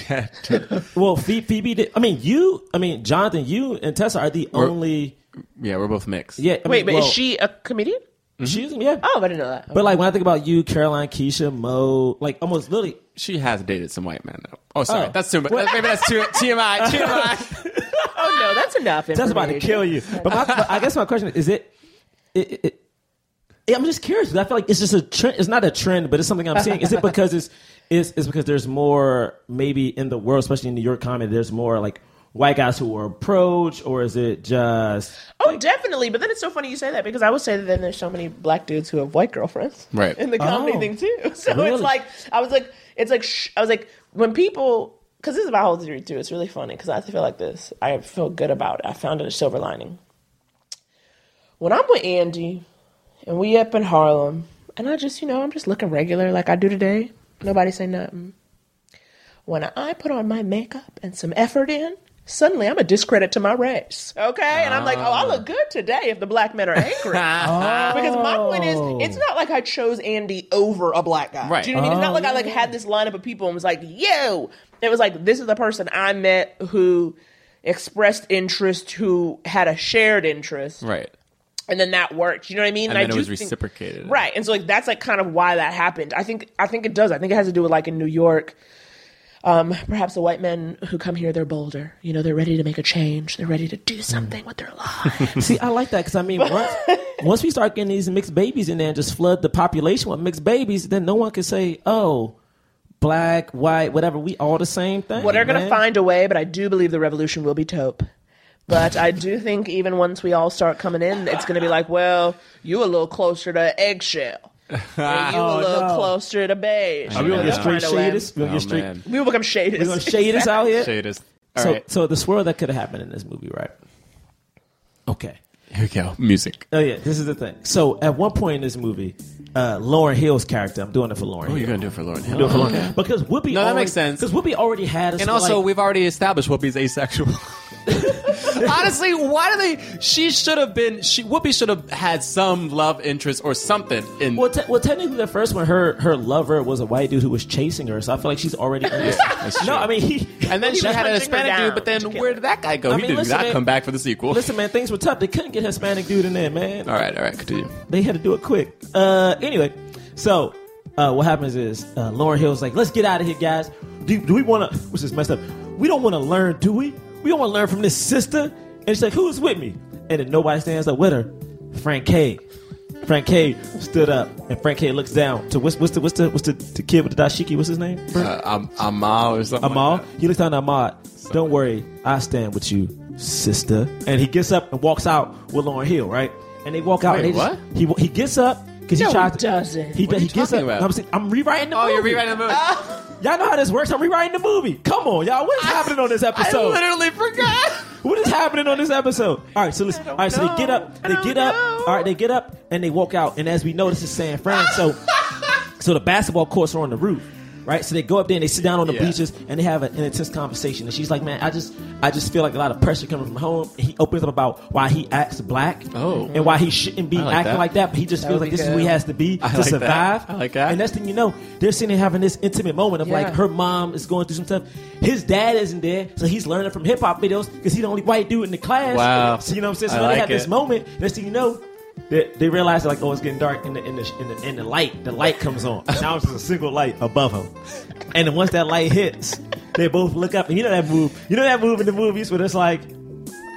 S2: well? Phoebe, Phoebe did, I mean, you. I mean, Jonathan, you and Tessa are the
S3: Or-
S2: only.
S3: yeah, we're both mixed.
S2: Yeah. I
S4: Wait, but
S2: mean,
S4: is
S2: well,
S4: she a comedian?
S2: She's yeah.
S4: Oh, I didn't know that.
S2: But like when I think about you, Caroline, Keisha, Mo, like almost literally
S3: she has dated some white men. Though. Oh, sorry,
S2: Oh.
S3: that's too much. Maybe that's too TMI. TMI.
S4: oh no, that's enough.
S2: That's about to
S4: information.
S2: kill you. But, my, but I guess my question is it. it, it, it- I'm just curious. 'cause I feel like it's just a trend. It's not a trend, but it's something I'm seeing. Is it because it's it's, it's because there's more maybe in the world, especially in New York comedy, there's more like white guys who are approached, or is it just
S4: Oh, definitely. But then it's so funny you say that because I would say that then there's so many black dudes who have white girlfriends,
S3: Right.
S4: In the comedy
S2: Oh.
S4: thing too. So
S2: Really?
S4: it's like I was like, it's like sh- I was like when people because this is my whole theory too. It's really funny because I feel like this. I feel good about. It. I found a silver lining. when I'm with Andy and we up in Harlem, and I just, you know, I'm just looking regular like I do today. Nobody say nothing. When I put on my makeup and some effort in, suddenly I'm a discredit to my race. Okay? And I'm like, oh, I
S3: Ah.
S4: look good today if the black men are angry.
S3: Oh.
S4: Because my point is, it's not like I chose Andy over a black guy.
S3: Right.
S4: Do you know what I mean? It's not like I like had this lineup of people and was like, yo. It was like this is the person I met who expressed interest, who had a shared interest
S3: right.
S4: and then that worked. You know what I mean?
S3: And
S4: I
S3: then it
S4: do
S3: was
S4: think-
S3: reciprocated.
S4: right? And so like that's like kind of why that happened. I think I think it does. I think it has to do with like in New York. Um, perhaps the white men who come here, they're bolder. You know, they're ready to make a change. They're ready to do something with their lives.
S2: See, I like that because I mean, once, once we start getting these mixed babies in there and just flood the population with mixed babies, then no one can say, "Oh, black, white, whatever. We all the same thing."
S4: well, they're going to
S2: man.
S4: find a way, but I do believe the revolution will be taupe. But I do think even once we all start coming in, it's going to be like, well, you a little closer to eggshell. Or you a little
S2: Ah. Oh, no.
S4: closer to beige.
S2: Are we gonna
S3: Yeah.
S2: get straight
S4: Find a way.
S2: shaders? We gonna
S3: Oh,
S2: get straight?
S3: man.
S4: We will become shaded.
S2: We gonna shade us out here?
S3: Shade is. All
S2: So,
S3: right.
S2: so the swirl that could have happened in this movie, right? Okay.
S3: Here we go. Music.
S2: Oh yeah, this is the thing. So at one point in this movie, uh, Lauren Hill's character, I'm doing it for Lauren.
S3: Oh,
S2: Hill.
S3: you're gonna do it for Lauren Hill.
S2: Do it for Lauren Hill. Because Whoopi
S3: No, that
S2: already,
S3: makes sense.
S2: Because Whoopi already had a
S3: And also,
S2: like,
S3: we've already established Whoopi's asexual. Honestly, why do they? She should have been. She Whoopi should have had some love interest or something. In
S2: Well, te- well, technically, the first one, her her lover was a white dude who was chasing her, so I feel like she's already. no, I mean he.
S3: and then she
S4: was
S3: had a
S4: hunting her
S3: Hispanic
S4: down
S3: dude, but
S4: to
S3: then
S4: kill
S3: where did that guy go?
S2: I
S3: he
S2: mean,
S3: did
S2: listen,
S3: not
S2: man-
S3: come back for the sequel.
S2: listen, man, things were tough. They couldn't get Hispanic dude in there, man.
S3: All right, all right, continue.
S2: They had to do it quick. Uh, anyway, so uh, what happens is uh, Lauren Hill's like, "Let's get out of here, guys. Do, do we want to? Which is messed up. We don't want to learn, do we? We don't want to learn from this sister." And she's like, "Who's with me?" And then nobody stands up with her. Frank K. Frank K. stood up, and Frank K. looks down to what's, what's the what's the what's the, the kid with the dashiki? What's his name?
S3: Uh, Am- Amal or something.
S2: Amal.
S3: Like
S2: He looks down at Ahmad. Don't worry, I stand with you, sister. And he gets up and walks out with Lauren Hill, right? And they walk out.
S3: Wait,
S2: and they
S3: what?
S2: Just, he he gets up because he
S4: No,
S2: tried
S4: he
S2: to.
S4: doesn't.
S2: He,
S3: What are
S2: he
S3: you
S2: gets up.
S3: talking about?
S2: I'm, saying- I'm rewriting the
S3: that. Oh,
S2: movie.
S3: you're rewriting the movie.
S2: Y'all know how this works. I'm rewriting the movie. Come on, y'all. What is happening on this
S3: I
S2: episode?
S3: literally forgot.
S2: What is happening on this episode? All right, so listen. All right, so they get up. They get up. All right, they get up and they walk out. And as we know, this is San Fran. So, so the basketball courts are on the roof, right? So they go up there and they sit down on the
S3: Yeah.
S2: bleachers and they have an, an intense conversation. And she's like, "Man, I just, I just feel like a lot of pressure coming from home." And he opens up about why he acts black,
S3: Oh.
S2: and why he shouldn't be
S3: I like
S2: acting
S3: that.
S2: like that. But he just feels
S4: would
S2: like
S4: be
S2: this is who he
S4: good.
S2: has to be
S3: I
S2: to
S3: like that.
S2: survive.
S3: I like that.
S2: And that's thing you know, they're sitting there having this intimate moment of like
S4: Yeah.
S2: her mom is going through some stuff. His dad isn't there, so he's learning from hip hop videos because he's the only white dude in the class.
S3: Wow.
S2: So you know what I'm saying? So
S3: I
S2: now they
S3: like
S2: have this
S3: it.
S2: moment. Next thing you know, they, they realize like, oh, it's getting dark, and the and the, and the and the light, the light comes on. now it's just a single light above him, and then once that light hits, they both look up, and you know that move. You know that move in the movies where it's like.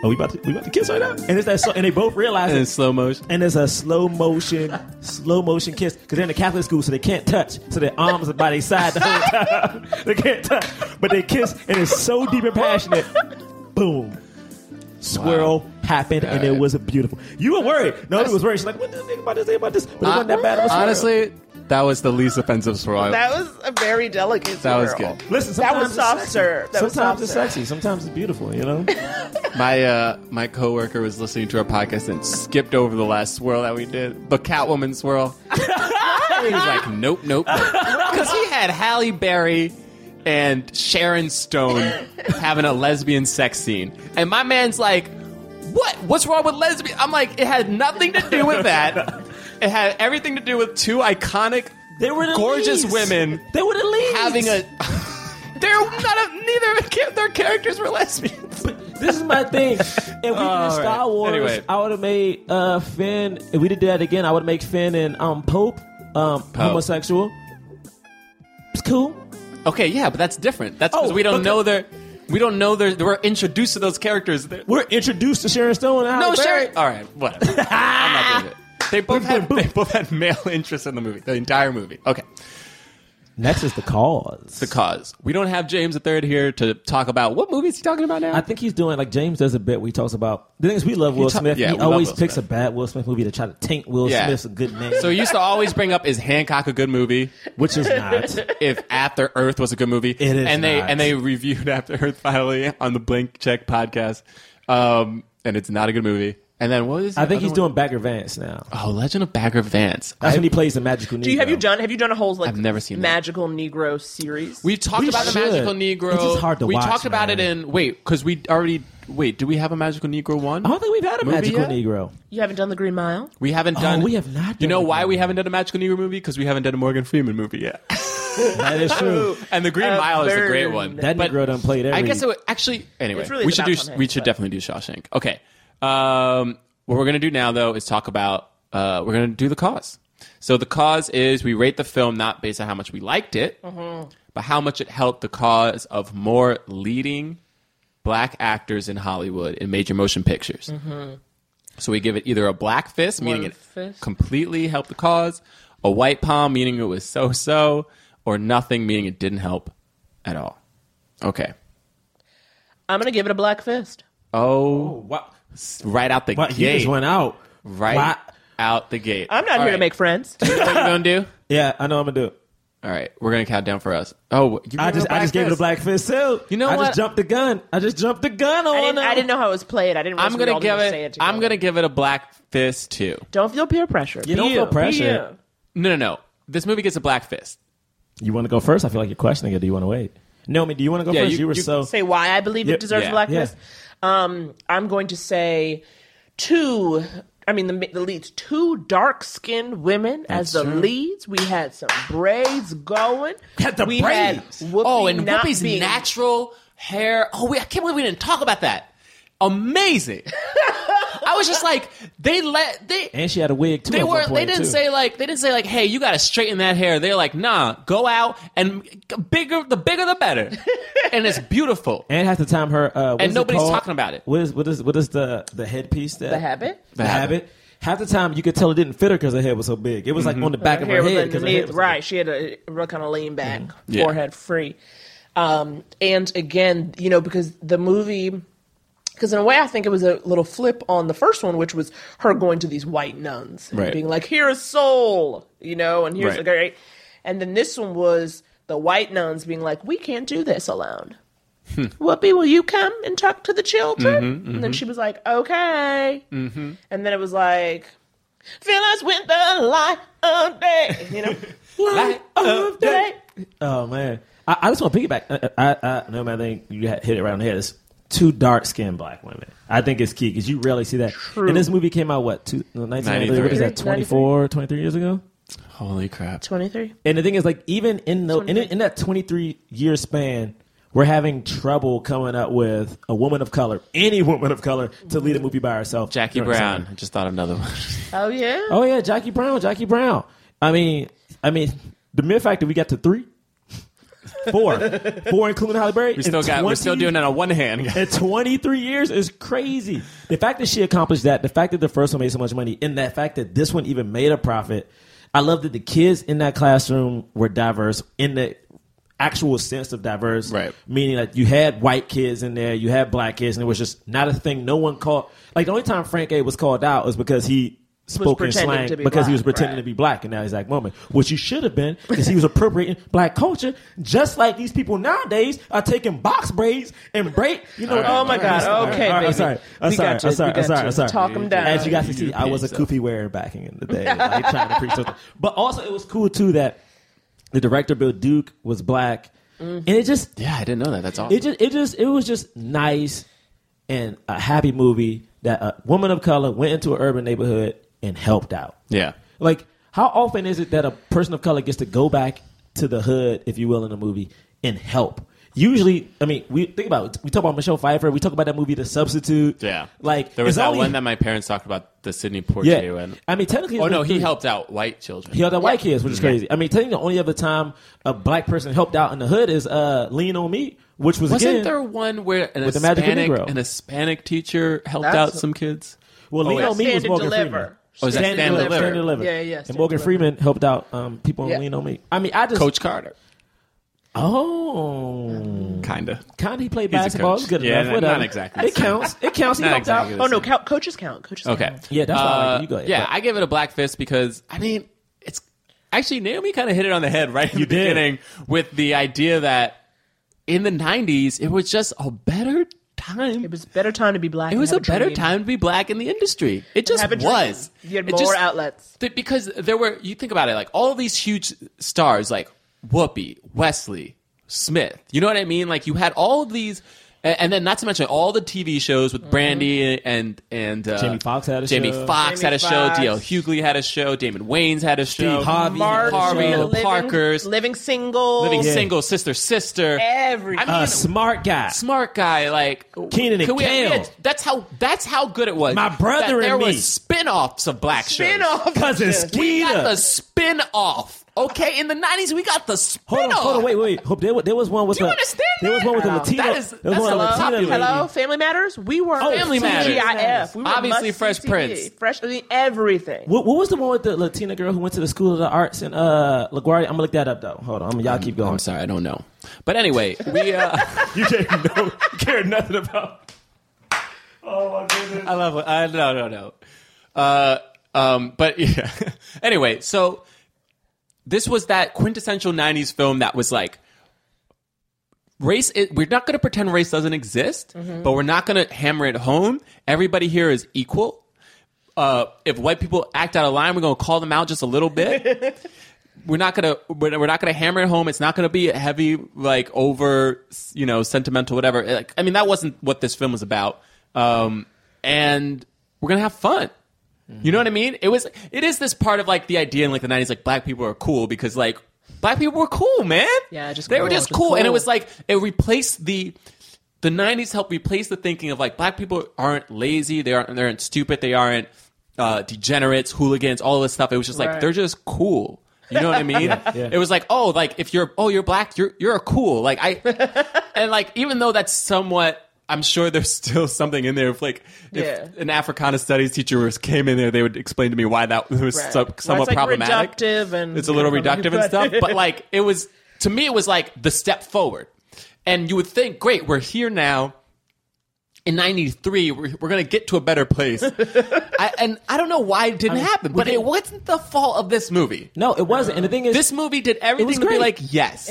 S2: Oh, we about to we about to kiss right now, and it's that so, and they both realize
S3: In
S2: it
S3: slow motion.
S2: and it's a slow motion, slow motion kiss because they're in a Catholic school, so they can't touch. So their arms are by their side the whole time. they can't touch, but they kiss, and it's so deep and passionate. Boom. Swirl happened, and it
S3: Alright.
S2: was beautiful. You were worried. No, it was worried. She's like, "What do you think about this? Think about this?" But it wasn't that bad of a swirl.
S3: Honestly, that was the least offensive swirl.
S4: That was a very delicate.
S3: That was
S4: swirl.
S3: good.
S2: listen.
S4: That
S2: sometimes
S4: was
S2: it's
S4: soft
S2: sexy.
S4: serve. That was
S2: sometimes
S4: soft
S2: it's
S4: serve.
S2: sexy. Sometimes it's beautiful. You know.
S3: My uh, my coworker was listening to our podcast and skipped over the last swirl that we did, the Catwoman swirl. he was like, "Nope, nope," because he had Halle Berry and Sharon Stone having a lesbian sex scene, and my man's like, "What? What's wrong with lesbian?" I'm like, "It had nothing to do with that. It had everything to do with two iconic,
S2: They were the
S3: gorgeous
S2: leads.
S3: women
S2: They were the leads.
S3: having a." They're not a, neither of their characters were lesbians.
S2: This is my thing. If we did
S3: All right.
S2: Star Wars,
S3: Anyway.
S2: I would have made uh, Finn. If we did that again, I would make Finn and um, Pope, um, homosexual. It's cool.
S3: Okay, yeah, but that's different. That's because
S2: Oh,
S3: we don't
S2: okay.
S3: know their. We don't know their. We're introduced to those characters. They're-
S2: We're introduced to Sharon Stone. And
S3: no,
S2: Halle Berry.
S3: Sherry. All right, whatever. I'm not doing it. They both had they both had male interest in the movie, the entire movie. Okay,
S2: Next is the cause.
S3: the cause. We don't have James the Third here to talk about what movie is he talking about now.
S2: I think he's doing like James does a bit where he talks about the thing is we love Will
S3: ta-
S2: Smith.
S3: yeah,
S2: he
S3: we love
S2: always
S3: Will
S2: picks
S3: Smith.
S2: a bad Will Smith movie to try to taint Will
S3: Yeah.
S2: Smith's good name,
S3: so he used to always bring up is Hancock a good movie?
S2: which is not.
S3: If After Earth was a good movie,
S2: It is
S3: and they
S2: not.
S3: and they reviewed After Earth finally on the Blank Check podcast, um, and it's not a good movie. And then what is? the
S2: I think
S3: other
S2: he's
S3: one?
S2: doing Bagger Vance now.
S3: Oh, Legend of Bagger Vance.
S2: That's when he plays the magical.
S4: Do you have you done have you done a whole like
S3: I've never seen that.
S4: magical Negro series?
S3: We've talked
S2: We
S3: about the
S2: should.
S3: magical Negro.
S2: It's just hard to
S3: we
S2: watch,
S3: talked about
S2: man.
S3: it in wait because we already wait. Do we have a magical Negro one?
S2: I don't think we've had a
S3: Movie
S2: magical
S3: yet?
S2: Negro.
S4: you haven't done the Green Mile.
S3: We haven't done.
S2: Oh, we have not done
S3: You know
S2: a
S3: why
S2: Negro
S3: we haven't done a magical Negro movie? Because we haven't done a Morgan Freeman movie yet.
S2: That is true.
S3: and the Green
S4: Uh,
S3: Mile is a great
S4: burn.
S3: one.
S2: That
S3: But
S2: Negro done played every.
S3: I guess it would, actually. Anyway,
S4: It's really
S3: we
S4: the
S3: should do.
S4: Batman hand,
S3: we should
S4: but-
S3: definitely do Shawshank. Okay. Um, what we're gonna do now though is talk about. Uh, we're gonna do the cause. So the cause is we rate the film not based on how much we liked it, but how much it helped the cause of more leading black actors in Hollywood in major motion pictures. So we give it either a black fist, meaning
S4: One
S3: it
S4: fist.
S3: completely helped the cause, a white palm, meaning it was so so, or nothing, meaning it didn't help at all. Okay.
S4: I'm gonna give it a black fist.
S3: Oh,
S2: Wow,
S3: right out the
S2: wow, he
S3: gate.
S2: just went out.
S3: right
S2: Wow.
S3: out the gate.
S4: I'm not
S3: All
S4: here to
S3: right.
S4: make friends.
S3: What you gonna do?
S2: Yeah, I know I'm gonna do it.
S3: All right, we're gonna count down for us. Oh, you
S2: I just, I just gave it a black fist too.
S3: You know
S2: I
S3: what?
S2: just jumped the gun. I just jumped the gun on
S4: I didn't,
S2: him.
S4: I didn't know how it was played. I didn't.
S3: I'm
S4: realize we all
S3: gonna
S4: needed
S3: give
S4: to
S3: it.
S4: say it together.
S3: I'm gonna give it a black fist too.
S4: Don't feel peer pressure.
S2: You don't feel pressure.
S3: No, no, no. This movie gets a black fist.
S2: You want to go first? I feel like you're questioning it. Do you want to wait? No, me. Do you want to go
S3: Yeah,
S2: first?
S3: you-
S2: You, were
S3: you-
S2: so.
S4: Say why I believe
S2: Yeah,
S4: it deserves
S3: yeah,
S4: black
S2: yeah.
S4: fist. Um, I'm going to say two. I mean the the leads, two dark skinned women as the leads. We had some braids going.
S2: Had the
S4: we had
S2: braids.
S4: Whoopi
S3: Oh, and
S4: not
S3: Whoopi's
S4: being-
S3: natural hair. Oh, wait, I can't believe we didn't talk about that. Amazing. I was just like, they let they
S2: And she had a wig too.
S3: they
S2: at one
S3: were they
S2: point,
S3: didn't
S2: too.
S3: say like they didn't say like hey you gotta straighten that hair they're like nah go out and g- bigger the bigger the better and it's beautiful
S2: And half the time, her uh, what
S3: And
S2: is it
S3: nobody's
S2: called?
S3: talking about it.
S2: What is what is what is the the headpiece that
S4: the habit.
S2: The, habit. Half the time, you could tell it didn't fit her because her head was so big. It was
S3: Mm-hmm.
S2: like on the back of her
S4: Hair was
S2: head. 'cause her head
S4: underneath,
S2: was- Mm-hmm.
S4: right? She had a real kind of lean back,
S3: Yeah.
S4: forehead free. Um, and again, you know, because the movie, because in a way, I think it was a little flip on the first one, which was her going to these white nuns and
S3: Right.
S4: being like, "Here is soul," you know, and here's
S3: Right.
S4: a great. And then this one was the white nuns being like, "We can't do this alone."
S3: Hmm.
S4: Whoopi, will you come and talk to the children?
S3: Mm-hmm,
S4: And then she was like, okay. And then it was like, Phyllis with the light of day, you know, light of day.
S2: Oh man, I, I just want to piggyback. I, I, I no man, I think you had- hit it right on the head. It's two dark skinned black women. I think it's key because you rarely see that. And this movie came out what two, no, 1993? What is that?
S4: 93.
S2: 24, 23 years ago.
S3: holy crap
S4: 23.
S2: And the thing is, like, even in the in, in that twenty three year span, we're having trouble coming up with a woman of color, any woman of color, to lead a movie by herself.
S3: Jackie
S2: You know what I'm saying?
S3: Brown I just thought of another one
S4: Oh, yeah.
S2: Oh yeah, Jackie Brown, Jackie Brown. I mean, I mean, the mere fact that we got to three, four, four including Halle Berry.
S3: we still got we're still doing it on one hand
S2: In 23 years is crazy. The fact that she accomplished that, the fact that the first one made so much money, and the fact that this one even made a profit. I love that the kids in that classroom were diverse in the actual sense of diverse.
S3: Right.
S2: Meaning that you had white kids in there, you had black kids, and it was just not a thing. No one called. Like the only time Frank A was called out was because he spoke in
S4: pretending
S2: slang
S4: to be
S2: because he was
S4: black,
S2: pretending
S4: right.
S2: to be black in that exact moment, which he should have been because he was appropriating black culture, just like these people nowadays are taking box braids and braid. You know.
S4: Oh, my God.
S2: All right,
S4: Okay,
S2: all right, I'm
S4: baby.
S2: sorry. I'm
S4: We
S2: sorry.
S4: got
S2: I'm
S4: you.
S2: sorry.
S4: We
S2: I'm
S4: got
S2: sorry.
S4: you.
S2: I'm sorry.
S4: Talk 'em down.
S2: As you guys can see, I was a kufi wearer back in the day, like, trying to preach something. But also, it was cool too that the director Bill Duke was black,
S4: Mm-hmm.
S2: and it just
S3: yeah I didn't know that that's awesome
S2: it just it just it was just nice and a happy movie that a woman of color went into an urban neighborhood and helped out.
S3: yeah
S2: Like, how often is it that a person of color gets to go back to the hood, if you will, in a movie and help? Usually, I mean, we think about we talk about Michelle Pfeiffer, we talk about that movie, The Substitute.
S3: yeah
S2: like
S3: there
S2: it's
S3: was that
S2: only-
S3: one that my parents talked about the Sydney Portier
S2: yeah.
S3: one
S2: I mean, technically,
S3: oh
S2: it's
S3: no
S2: been
S3: he
S2: three.
S3: helped out white children
S2: He helped out white kids, which is crazy. I mean, telling you the only other time a black person helped out in the hood is uh, Lean on Me, which was
S3: wasn't
S2: again,
S3: there one where an
S2: With the magical
S3: Hispanic
S2: Negro.
S3: an Hispanic teacher helped
S4: That's-
S3: out some kids
S2: Well, Lean
S3: Oh, yeah.
S2: on Me was
S4: Stand and
S2: Morgan
S4: Deliver.
S2: Freeman.
S3: Oh, is that Stand and Deliver?
S2: Stand and Deliver.
S4: Yeah, yeah, Stand
S2: And
S4: and
S2: Morgan
S4: Deliver.
S2: Freeman helped out um, people on
S4: Yeah.
S2: Lean on Me. I mean, I just
S3: Coach Carter
S2: Oh,
S3: kinda
S2: kind of. He played
S3: He's a
S2: basketball.
S3: coach.
S2: It was good
S3: Yeah,
S2: enough.
S3: not-
S2: Whatever.
S3: not exactly
S2: It
S3: the same.
S2: counts. It counts. He
S3: Not
S2: helped
S3: exactly
S2: out.
S3: the
S4: Oh, no, co- coaches count. Coaches
S3: Okay.
S4: count.
S2: Yeah, that's why I like it.
S3: Uh,
S2: You go ahead.
S3: Yeah,
S2: Go ahead.
S3: I give it a black fist because I mean, it's actually Naomi kind of hit it on the head right in the
S2: did.
S3: beginning with the idea that in the '90s it was just a better time.
S4: It was a better time to be black.
S3: It
S4: and
S3: was a
S4: have
S3: better
S4: dream.
S3: time to be black in the industry. It just
S4: Have a dream.
S3: was.
S4: You had
S3: It
S4: more
S3: just-
S4: outlets.
S3: Th- because there were. You think about it, like all these huge stars, like Whoopi, Wesley, Smith. You know what I mean? Like you had all of these, a- and then not to mention all the TV shows
S4: Mm-hmm.
S3: with Brandy and and uh,
S2: Jamie Foxx had a
S3: Jamie
S2: show.
S3: Foxx had a
S4: Jamie
S3: show.
S4: Foxx.
S3: D.L. Hughley had a show. Damon Wayans had a show.
S2: Harvey had a
S3: Harvey,
S2: show.
S3: the
S4: Living-
S3: Parkers,
S4: living single,
S3: Living
S2: Yeah.
S3: Single, Sister, Sister.
S4: every.
S3: I mean,
S2: A smart guy.
S3: smart guy like
S2: Kenan and
S3: Can we-
S2: Kel.
S3: yeah, that's how that's how good it was
S2: My brother
S3: that there
S2: and me.
S3: was spin-offs of black shows
S4: spin-off.
S2: Cousin
S3: we got the
S2: Skeeter.
S3: spin-off okay in the 90s we got the spin-off
S2: Hold on, hold on, wait, wait. wait. Hope there, wa- there was one with
S3: Do you
S2: the,
S3: understand
S2: There was
S3: that?
S2: one with the
S3: Hello.
S2: Latino.
S3: That is-
S2: there was
S3: that's
S2: one
S3: a
S2: with the
S3: popular-
S2: Latino lady.
S4: Hello, Family Matters. We were
S3: Family Matters.
S4: TGIF. We were
S3: Obviously
S4: must
S3: Fresh
S4: see
S3: Prince.
S4: TV. Fresh I mean, everything.
S2: What, what was the one with the Latina girl who went to the School of the Arts in uh, LaGuardia? I'm gonna look that up though. Hold on, I'm, y'all keep going.
S3: Mm, i'm sorry i don't know but anyway we uh
S2: You didn't know, care nothing about. Oh,
S3: I love it. Uh, no, no, no. Uh, um, but yeah. anyway, so this was that quintessential '90s film that was like race. Is, we're not going to pretend race doesn't exist, but we're not going to hammer it home. Everybody here is equal. Uh, if white people act out of line, we're going to call them out just a little bit. We're not gonna we're we're not gonna hammer it home. It's not gonna be a heavy like over you know sentimental whatever. Like, I mean that wasn't what this film was about. Um, and we're gonna have fun. You know what I mean? It was it is this part of like the idea in like the nineties, like black people are cool because like black people were cool, man.
S4: Yeah, just
S3: they were
S4: cool,
S3: just,
S4: just
S3: cool. and it
S4: cool.
S3: was like it replaced the the nineties helped replace the thinking of like black people aren't lazy, they aren't they aren't stupid, they aren't uh, degenerates, hooligans, all this stuff. It was just like
S4: Right.
S3: they're just cool. You know what I mean? It was like, oh, like if you're oh you're black, you're you're a cool. Like I and like even though that's somewhat I'm sure there's still something in there. If like if
S4: Yeah.
S3: an Africana studies teacher was, came in there, they would explain to me why that was
S4: Right.
S3: some,
S4: Why it's,
S3: somewhat
S4: like,
S3: problematic.
S4: reductive and-
S3: it's a little reductive and stuff. But like it was to me, it was like the step forward. And you would think, great, we're here now. In '93, we're, we're going to get to a better place. I, and I don't know why it didn't happen, but it wasn't the fault of this movie.
S2: No, it wasn't. And the thing is,
S3: This movie did everything to be
S2: great.
S3: like, yes,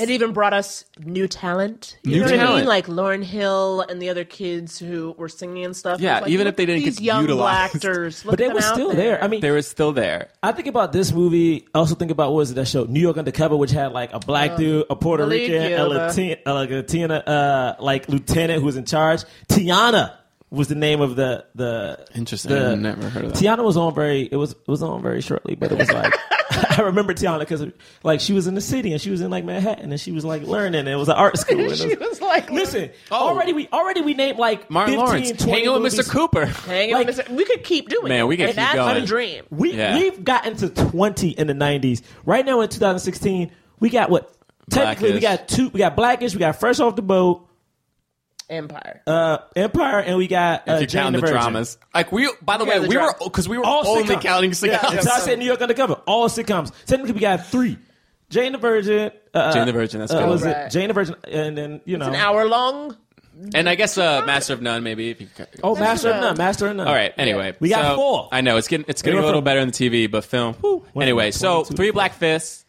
S4: It even brought us new talent. You
S3: New
S4: know what I
S3: talent.
S4: mean? Like Lauren Hill and the other kids who were singing and stuff.
S3: Yeah,
S4: It's like,
S3: even
S4: look
S3: if they
S4: at
S3: didn't
S4: these
S3: get
S4: young
S3: utilized.
S4: actors,
S2: but they were still there. I mean,
S3: they were still there.
S2: I think about this movie. I also think about what was it, that show, New York Undercover, which had like a black dude, a Puerto
S4: Oh. Malik
S2: Rican, a
S4: Yoba.
S2: Latina, a Latina uh, like lieutenant who was in charge. Tiana was the name of the the
S3: Interesting.
S2: the-
S3: I've never heard of that.
S2: Tiana was on very it was it was on very shortly, but it was like I remember Tiana because like she was in the city and she was in like Manhattan and she was like learning and it was an art school. And it
S4: she was like,
S2: Listen,
S3: Oh.
S2: already we already we named like
S3: Martin
S2: 15,
S3: Lawrence,
S2: 20
S3: hanging with
S2: movies.
S3: Mr. Cooper.
S4: hang on,
S2: like-
S4: Mr. we could keep doing.
S3: Man,
S4: it.
S3: we could
S4: And
S3: keep
S4: that's
S3: going.
S4: the dream.
S2: We
S3: Yeah.
S2: we've gotten to twenty in the nineties. Right now in 2016, we got what? Technically, we
S3: Blackish.
S2: got two. We got Blackish. We got Fresh Off the Boat,
S4: Empire.
S2: uh, Empire, and we got uh,
S3: if you
S2: Jane
S3: count the,
S2: Virgin.
S3: dramas. Like we, by the
S4: Yeah,
S3: way,
S4: the
S3: we
S4: drama.
S3: were because we were
S2: All
S3: only
S2: sitcoms.
S3: counting
S2: Yeah,
S3: sitcoms.
S2: so I said New York Undercover. All sitcoms. Technically, we got three. Jane the Virgin. Uh,
S3: Jane the Virgin, that's
S2: uh,
S3: good.
S2: was it
S4: Right.
S2: Jane the Virgin? And then you know,
S4: An hour long.
S3: and I guess uh, Master of None, maybe. If you,
S2: oh, Master of
S4: None.
S2: None, Master of None.
S3: All right. Anyway,
S2: We got
S3: so-
S2: four.
S3: I know it's getting it's getting
S2: We
S3: a
S2: went
S3: little
S2: from-
S3: better in the TV, but film. whew.
S2: Went
S3: Anyway,
S2: from
S3: so
S2: 22 to
S3: Three
S2: four.
S3: Black Fists.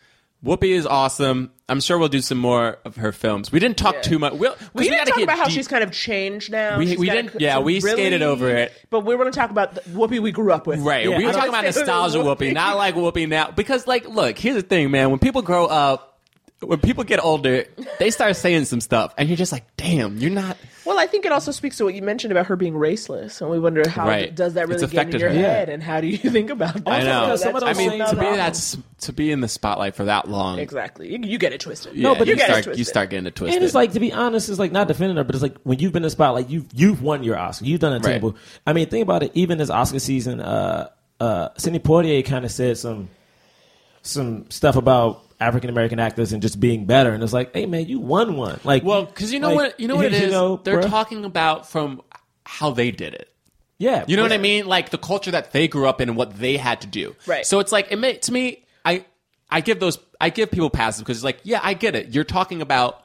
S3: Whoopi is awesome. I'm sure we'll do some more of her films. We didn't talk too much. We'll, 'cause
S4: We didn't
S3: gotta
S4: talk
S3: get
S4: about how
S3: deep.
S4: she's kind of changed now.
S3: We-
S4: She's
S3: we
S4: gotta
S3: didn't-
S4: c-
S3: yeah,
S4: to
S3: we skated over it.
S4: But we are going to talk about the Whoopi we grew up with.
S3: Right.
S2: Yeah,
S3: we
S2: I
S3: were
S2: don't
S3: talking about
S4: understand who
S3: nostalgia
S4: Whoopi
S3: whoopee, not like whoopee now. Because, like, look, here's the thing, man. When people grow up, when people get older, they start saying some stuff, and you're just like, damn, you're not.
S4: Well, I think it also speaks to what you mentioned about her being raceless, and we wonder how
S3: Right.
S4: does that really
S3: It's
S4: get in
S3: affected
S4: your
S3: her.
S4: head, and how do you think about that?
S3: I know.
S2: because some of
S3: I
S2: those
S3: mean,
S2: same
S3: to be
S2: problems-
S3: that's to be in the spotlight for that long.
S4: exactly. You, you get it twisted.
S3: Yeah,
S4: no, but you,
S3: you
S4: get it
S3: start
S4: twisted.
S3: you start getting it twisted.
S2: And it's like to be honest, it's like not defending her, but it's like when you've been in the spotlight, you've you've won your Oscar, you've done a
S3: Right.
S2: table. I mean, think about it. Even this Oscar season, uh, uh, Sidney Poitier kind of said some some stuff about African American actors and just being better, and it's like, hey man, you won one. Like,
S3: well, because you know
S2: like,
S3: what you know what it
S2: you
S3: is.
S2: know,
S3: They're
S2: bruh.
S3: talking about from how they did it.
S2: Yeah,
S3: You know what I mean? Like the culture that they grew up in and what they had to do.
S4: Right.
S3: So it's like it may, to me, I I give those I give people passes because it's like, yeah, I get it. You're talking about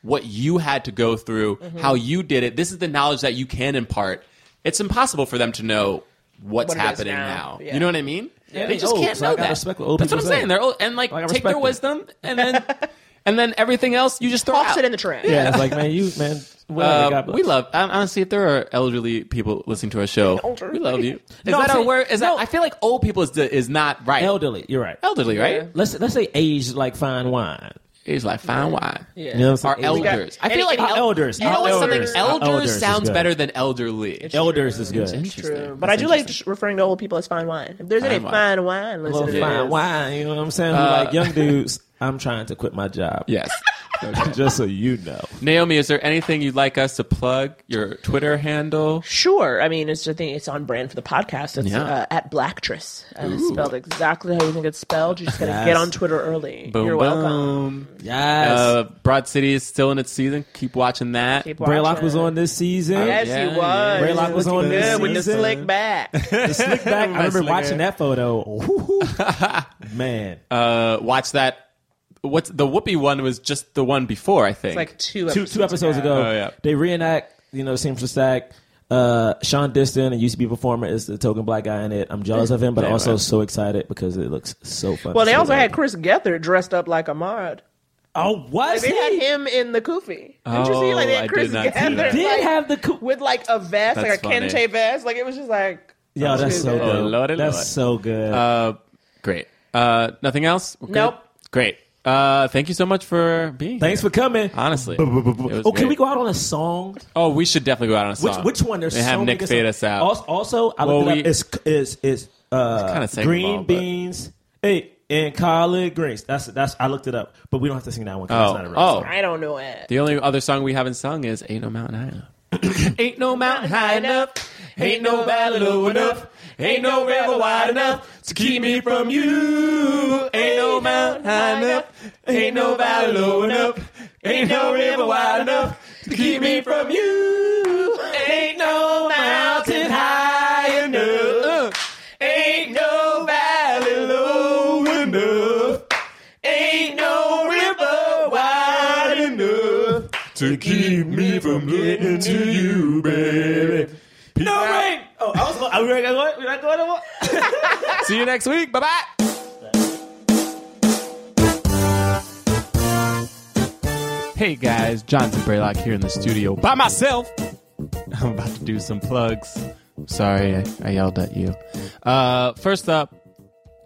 S3: what you had to go through,
S4: Mm-hmm.
S3: how you did it. This is the knowledge that you can impart. It's impossible for them to know what's
S4: What it is
S3: happening now.
S4: now. Yeah.
S3: You know what I mean? They
S2: they
S3: just
S2: old,
S3: can't
S2: oh, so I
S3: know
S2: gotta
S3: that.
S2: respect what old
S3: That's what I'm
S2: people
S3: saying.
S2: say.
S3: They're old and like
S2: I gotta
S3: take their
S2: respect it.
S3: wisdom and then and then everything else you just throw
S4: Toss
S3: out.
S4: it in the trash.
S2: Yeah, it's like man, you man, Whatever,
S3: Uh,
S2: God bless.
S3: we love. hon- Honestly, if there are elderly people listening to our show,
S4: Elderly.
S3: we love you. Is
S2: No, I'm
S3: that a
S2: saying-
S3: word? Is
S2: no.
S3: that? I feel like old people is the, is not right.
S2: elderly. You're right.
S3: elderly, right?
S2: Let's let's say age like fine wine.
S3: It's like fine wine.
S4: Yeah.
S2: You know what I'm
S3: Our
S2: saying? Age-
S3: elders. I feel like
S2: Our
S3: el-
S2: elders.
S3: You know
S2: Our
S3: what's
S2: elders.
S3: something?
S2: Our
S3: Elders,
S2: elders is
S3: sounds
S2: good.
S3: better than elderly.
S2: Elders is good.
S3: Interesting.
S4: But I do like just referring to old people as fine wine. If there's any
S3: Fine wine.
S4: fine wine,
S2: Well,
S4: listen
S2: fine wine. You know what I'm saying? Who
S3: Uh,
S2: like young dudes. I'm trying to quit my job.
S3: Yes.
S2: Just so you know.
S3: Naomi, is there anything you'd like us to plug? Your Twitter handle?
S4: Sure. I mean, it's I think it's on brand for the podcast. It's
S3: Yeah.
S4: uh, at Blacktress. Uh, it's spelled exactly how you think it's spelled. You just gotta get
S2: Yes.
S4: on Twitter early.
S3: Boom,
S4: You're welcome.
S3: boom.
S2: Yes.
S3: Uh, Broad City is still in its season. Keep watching that.
S4: Keep
S2: Braylock
S4: watching.
S2: was on this season.
S4: Yes,
S3: Yeah,
S4: he
S3: yeah.
S4: was.
S2: Braylock was on
S4: good
S2: this
S4: with the
S2: season.
S4: slick back.
S2: The slick back. I remember
S3: Slick
S2: watching that photo. Woo-hoo. Man.
S3: Uh, watch that. What's the Whoopi one? Was just the one before, I think.
S4: like two
S2: two
S4: episodes
S2: two episodes ago,
S3: Oh, yeah.
S2: they reenact you know Seamstress for Stack. Uh, Sean Diston, a UCB performer, is the token black guy in it. I'm jealous of him, but
S3: Yeah,
S2: also
S3: man.
S2: so excited because it looks so fun.
S4: Well, they
S2: to
S4: also
S2: see.
S4: had Chris Gethard dressed up like Ahmad.
S2: oh was
S4: They had
S2: he?
S4: him in the kufi. Didn't you see? Like they
S3: Oh, I did
S4: had Chris
S3: not see
S4: Gethard
S3: that.
S2: Did
S4: like,
S2: have the co-
S4: with like a vest,
S3: That's
S4: like a
S3: funny.
S4: kente vest. Like it was just like
S2: yo, that's
S4: Dude,
S2: so
S4: yeah.
S2: good.
S3: Oh, lordy,
S2: that's
S3: lord.
S2: so good.
S3: Uh, great. Uh, nothing else? We're good?
S4: Nope.
S3: Great. Uh, thank you so much for being.
S2: Thanks for coming.
S3: here. Honestly.
S2: Oh, can we go out on a song?
S3: Oh, we should definitely go out on a
S2: Which
S3: song.
S2: which one? There's
S3: and have
S2: so
S3: Nick
S2: many good
S3: fade
S2: songs.
S3: us out.
S2: Also, also, I looked it
S3: Well, we-
S2: up. It's is is uh
S3: kinda sang them
S2: green
S3: all, but-
S2: beans. Hey, and collard greens. That's that's. I looked it up, but we don't have to sing that one. 'cause
S3: oh,
S2: that's not a real song.
S3: oh.
S4: I don't know it.
S3: The only other song we haven't sung is "Ain't No Mountain High Enough." Ain't no mountain high enough. Ain't no valley low enough. Ain't no river wide enough to keep me from you. Ain't no mountain high enough. Ain't no valley low enough. Ain't no river wide enough to keep me from you. Ain't no mountain high enough. Ain't no valley low enough. Ain't no river wide enough.
S7: to keep me from getting to you, baby. Peace
S2: No
S7: out.
S2: rain. Oh, I was. Going, are we going to go? We're not going to what?
S3: See you next week. Bye bye. Hey guys, Johnson Braylock here in the studio by myself. I'm about to do some plugs. Sorry, I, I yelled at you. Uh, first up,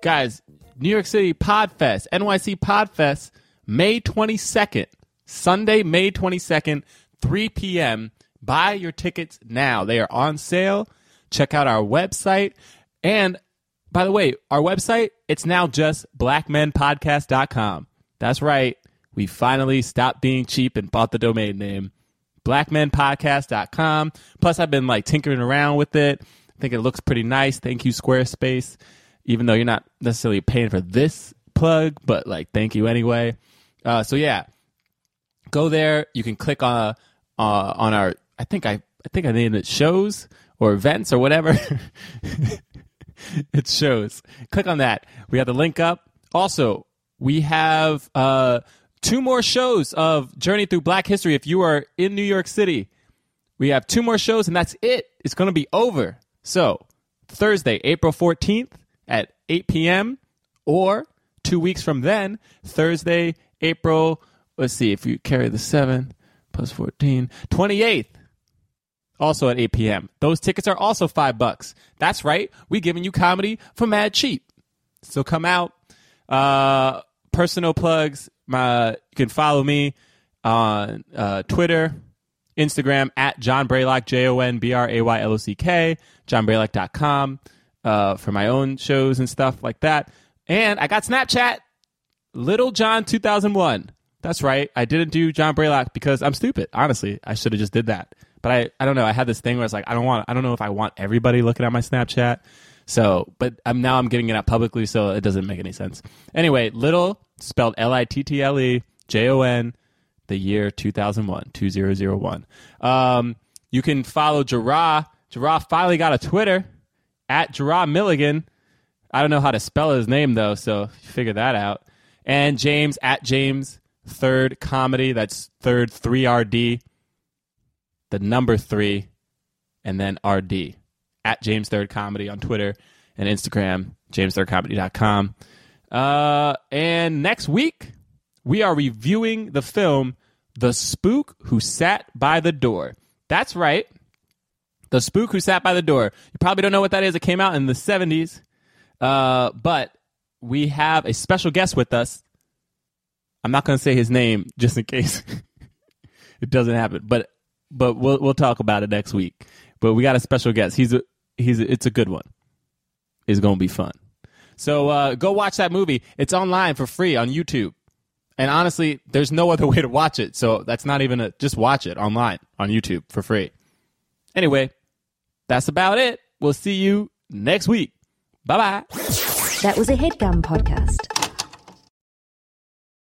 S3: guys, New York City Podfest, NYC Podfest, May 22nd, Sunday, May 22nd, 3 p.m. Buy your tickets now. They are on sale. Check out our website. And by the way, our website, it's now just blackmenpodcast.com. That's right. We finally stopped being cheap and bought the domain name blackmenpodcast.com. Plus, I've been like tinkering around with it. I think it looks pretty nice. Thank you, Squarespace. Even though you're not necessarily paying for this plug, but like, thank you anyway. Uh, so yeah, go there. You can click on uh, on our. I think I I think I named it shows or events or whatever. it shows. Click on that. We have the link up. Also, we have uh, two more shows of Journey Through Black History. If you are in New York City, we have two more shows, and that's it. It's going to be over. So, Thursday, April 14th at 8 p.m., or two weeks from then, Thursday, April, let's see, if you carry the 7 plus 14, 28th, also at 8 p.m. Those tickets are also five bucks. That's right, we giving you comedy for mad cheap. So come out. Uh, personal plugs. My you can follow me on uh, Twitter, Instagram at John Braylock J O N B R A Y L O C K JohnBraylock.com uh, for my own shows and stuff like that. And I got Snapchat. Little John 2001. That's right. I didn't do John Braylock because I'm stupid. Honestly, I should have just did that. But I, I don't know. I had this thing where it's like I don't want I don't know if I want everybody looking at my Snapchat. So, but I'm now I'm giving it out publicly, so it doesn't make any sense. Anyway, little spelled L I T T L E J O N, the year 2001, 2001. Um, you can follow Jarrah. Jarrah finally got a Twitter at Jarrah Milligan. I don't know how to spell his name though, so figure that out. And James at James Third Comedy. That's Third Three R D. The number three, and then R D at James Third Comedy on Twitter and Instagram. JamesThirdComedy.com. Uh, and next week we are reviewing the film The spook who sat by the door. That's right. The spook who sat by the door. You probably don't know what that is. It came out in the 70s. Uh, but we have a special guest with us. I'm not going to say his name just in case it doesn't happen, but but we'll we'll talk about it next week. But we got a special guest. He's a he's a, it's a good one. It's going to be fun. So uh, go watch that movie. It's online for free on YouTube. And honestly, there's no other way to watch it. So that's not even a just watch it online on YouTube for free. Anyway, that's about it. We'll see you next week. Bye bye.
S1: That was a headgum podcast.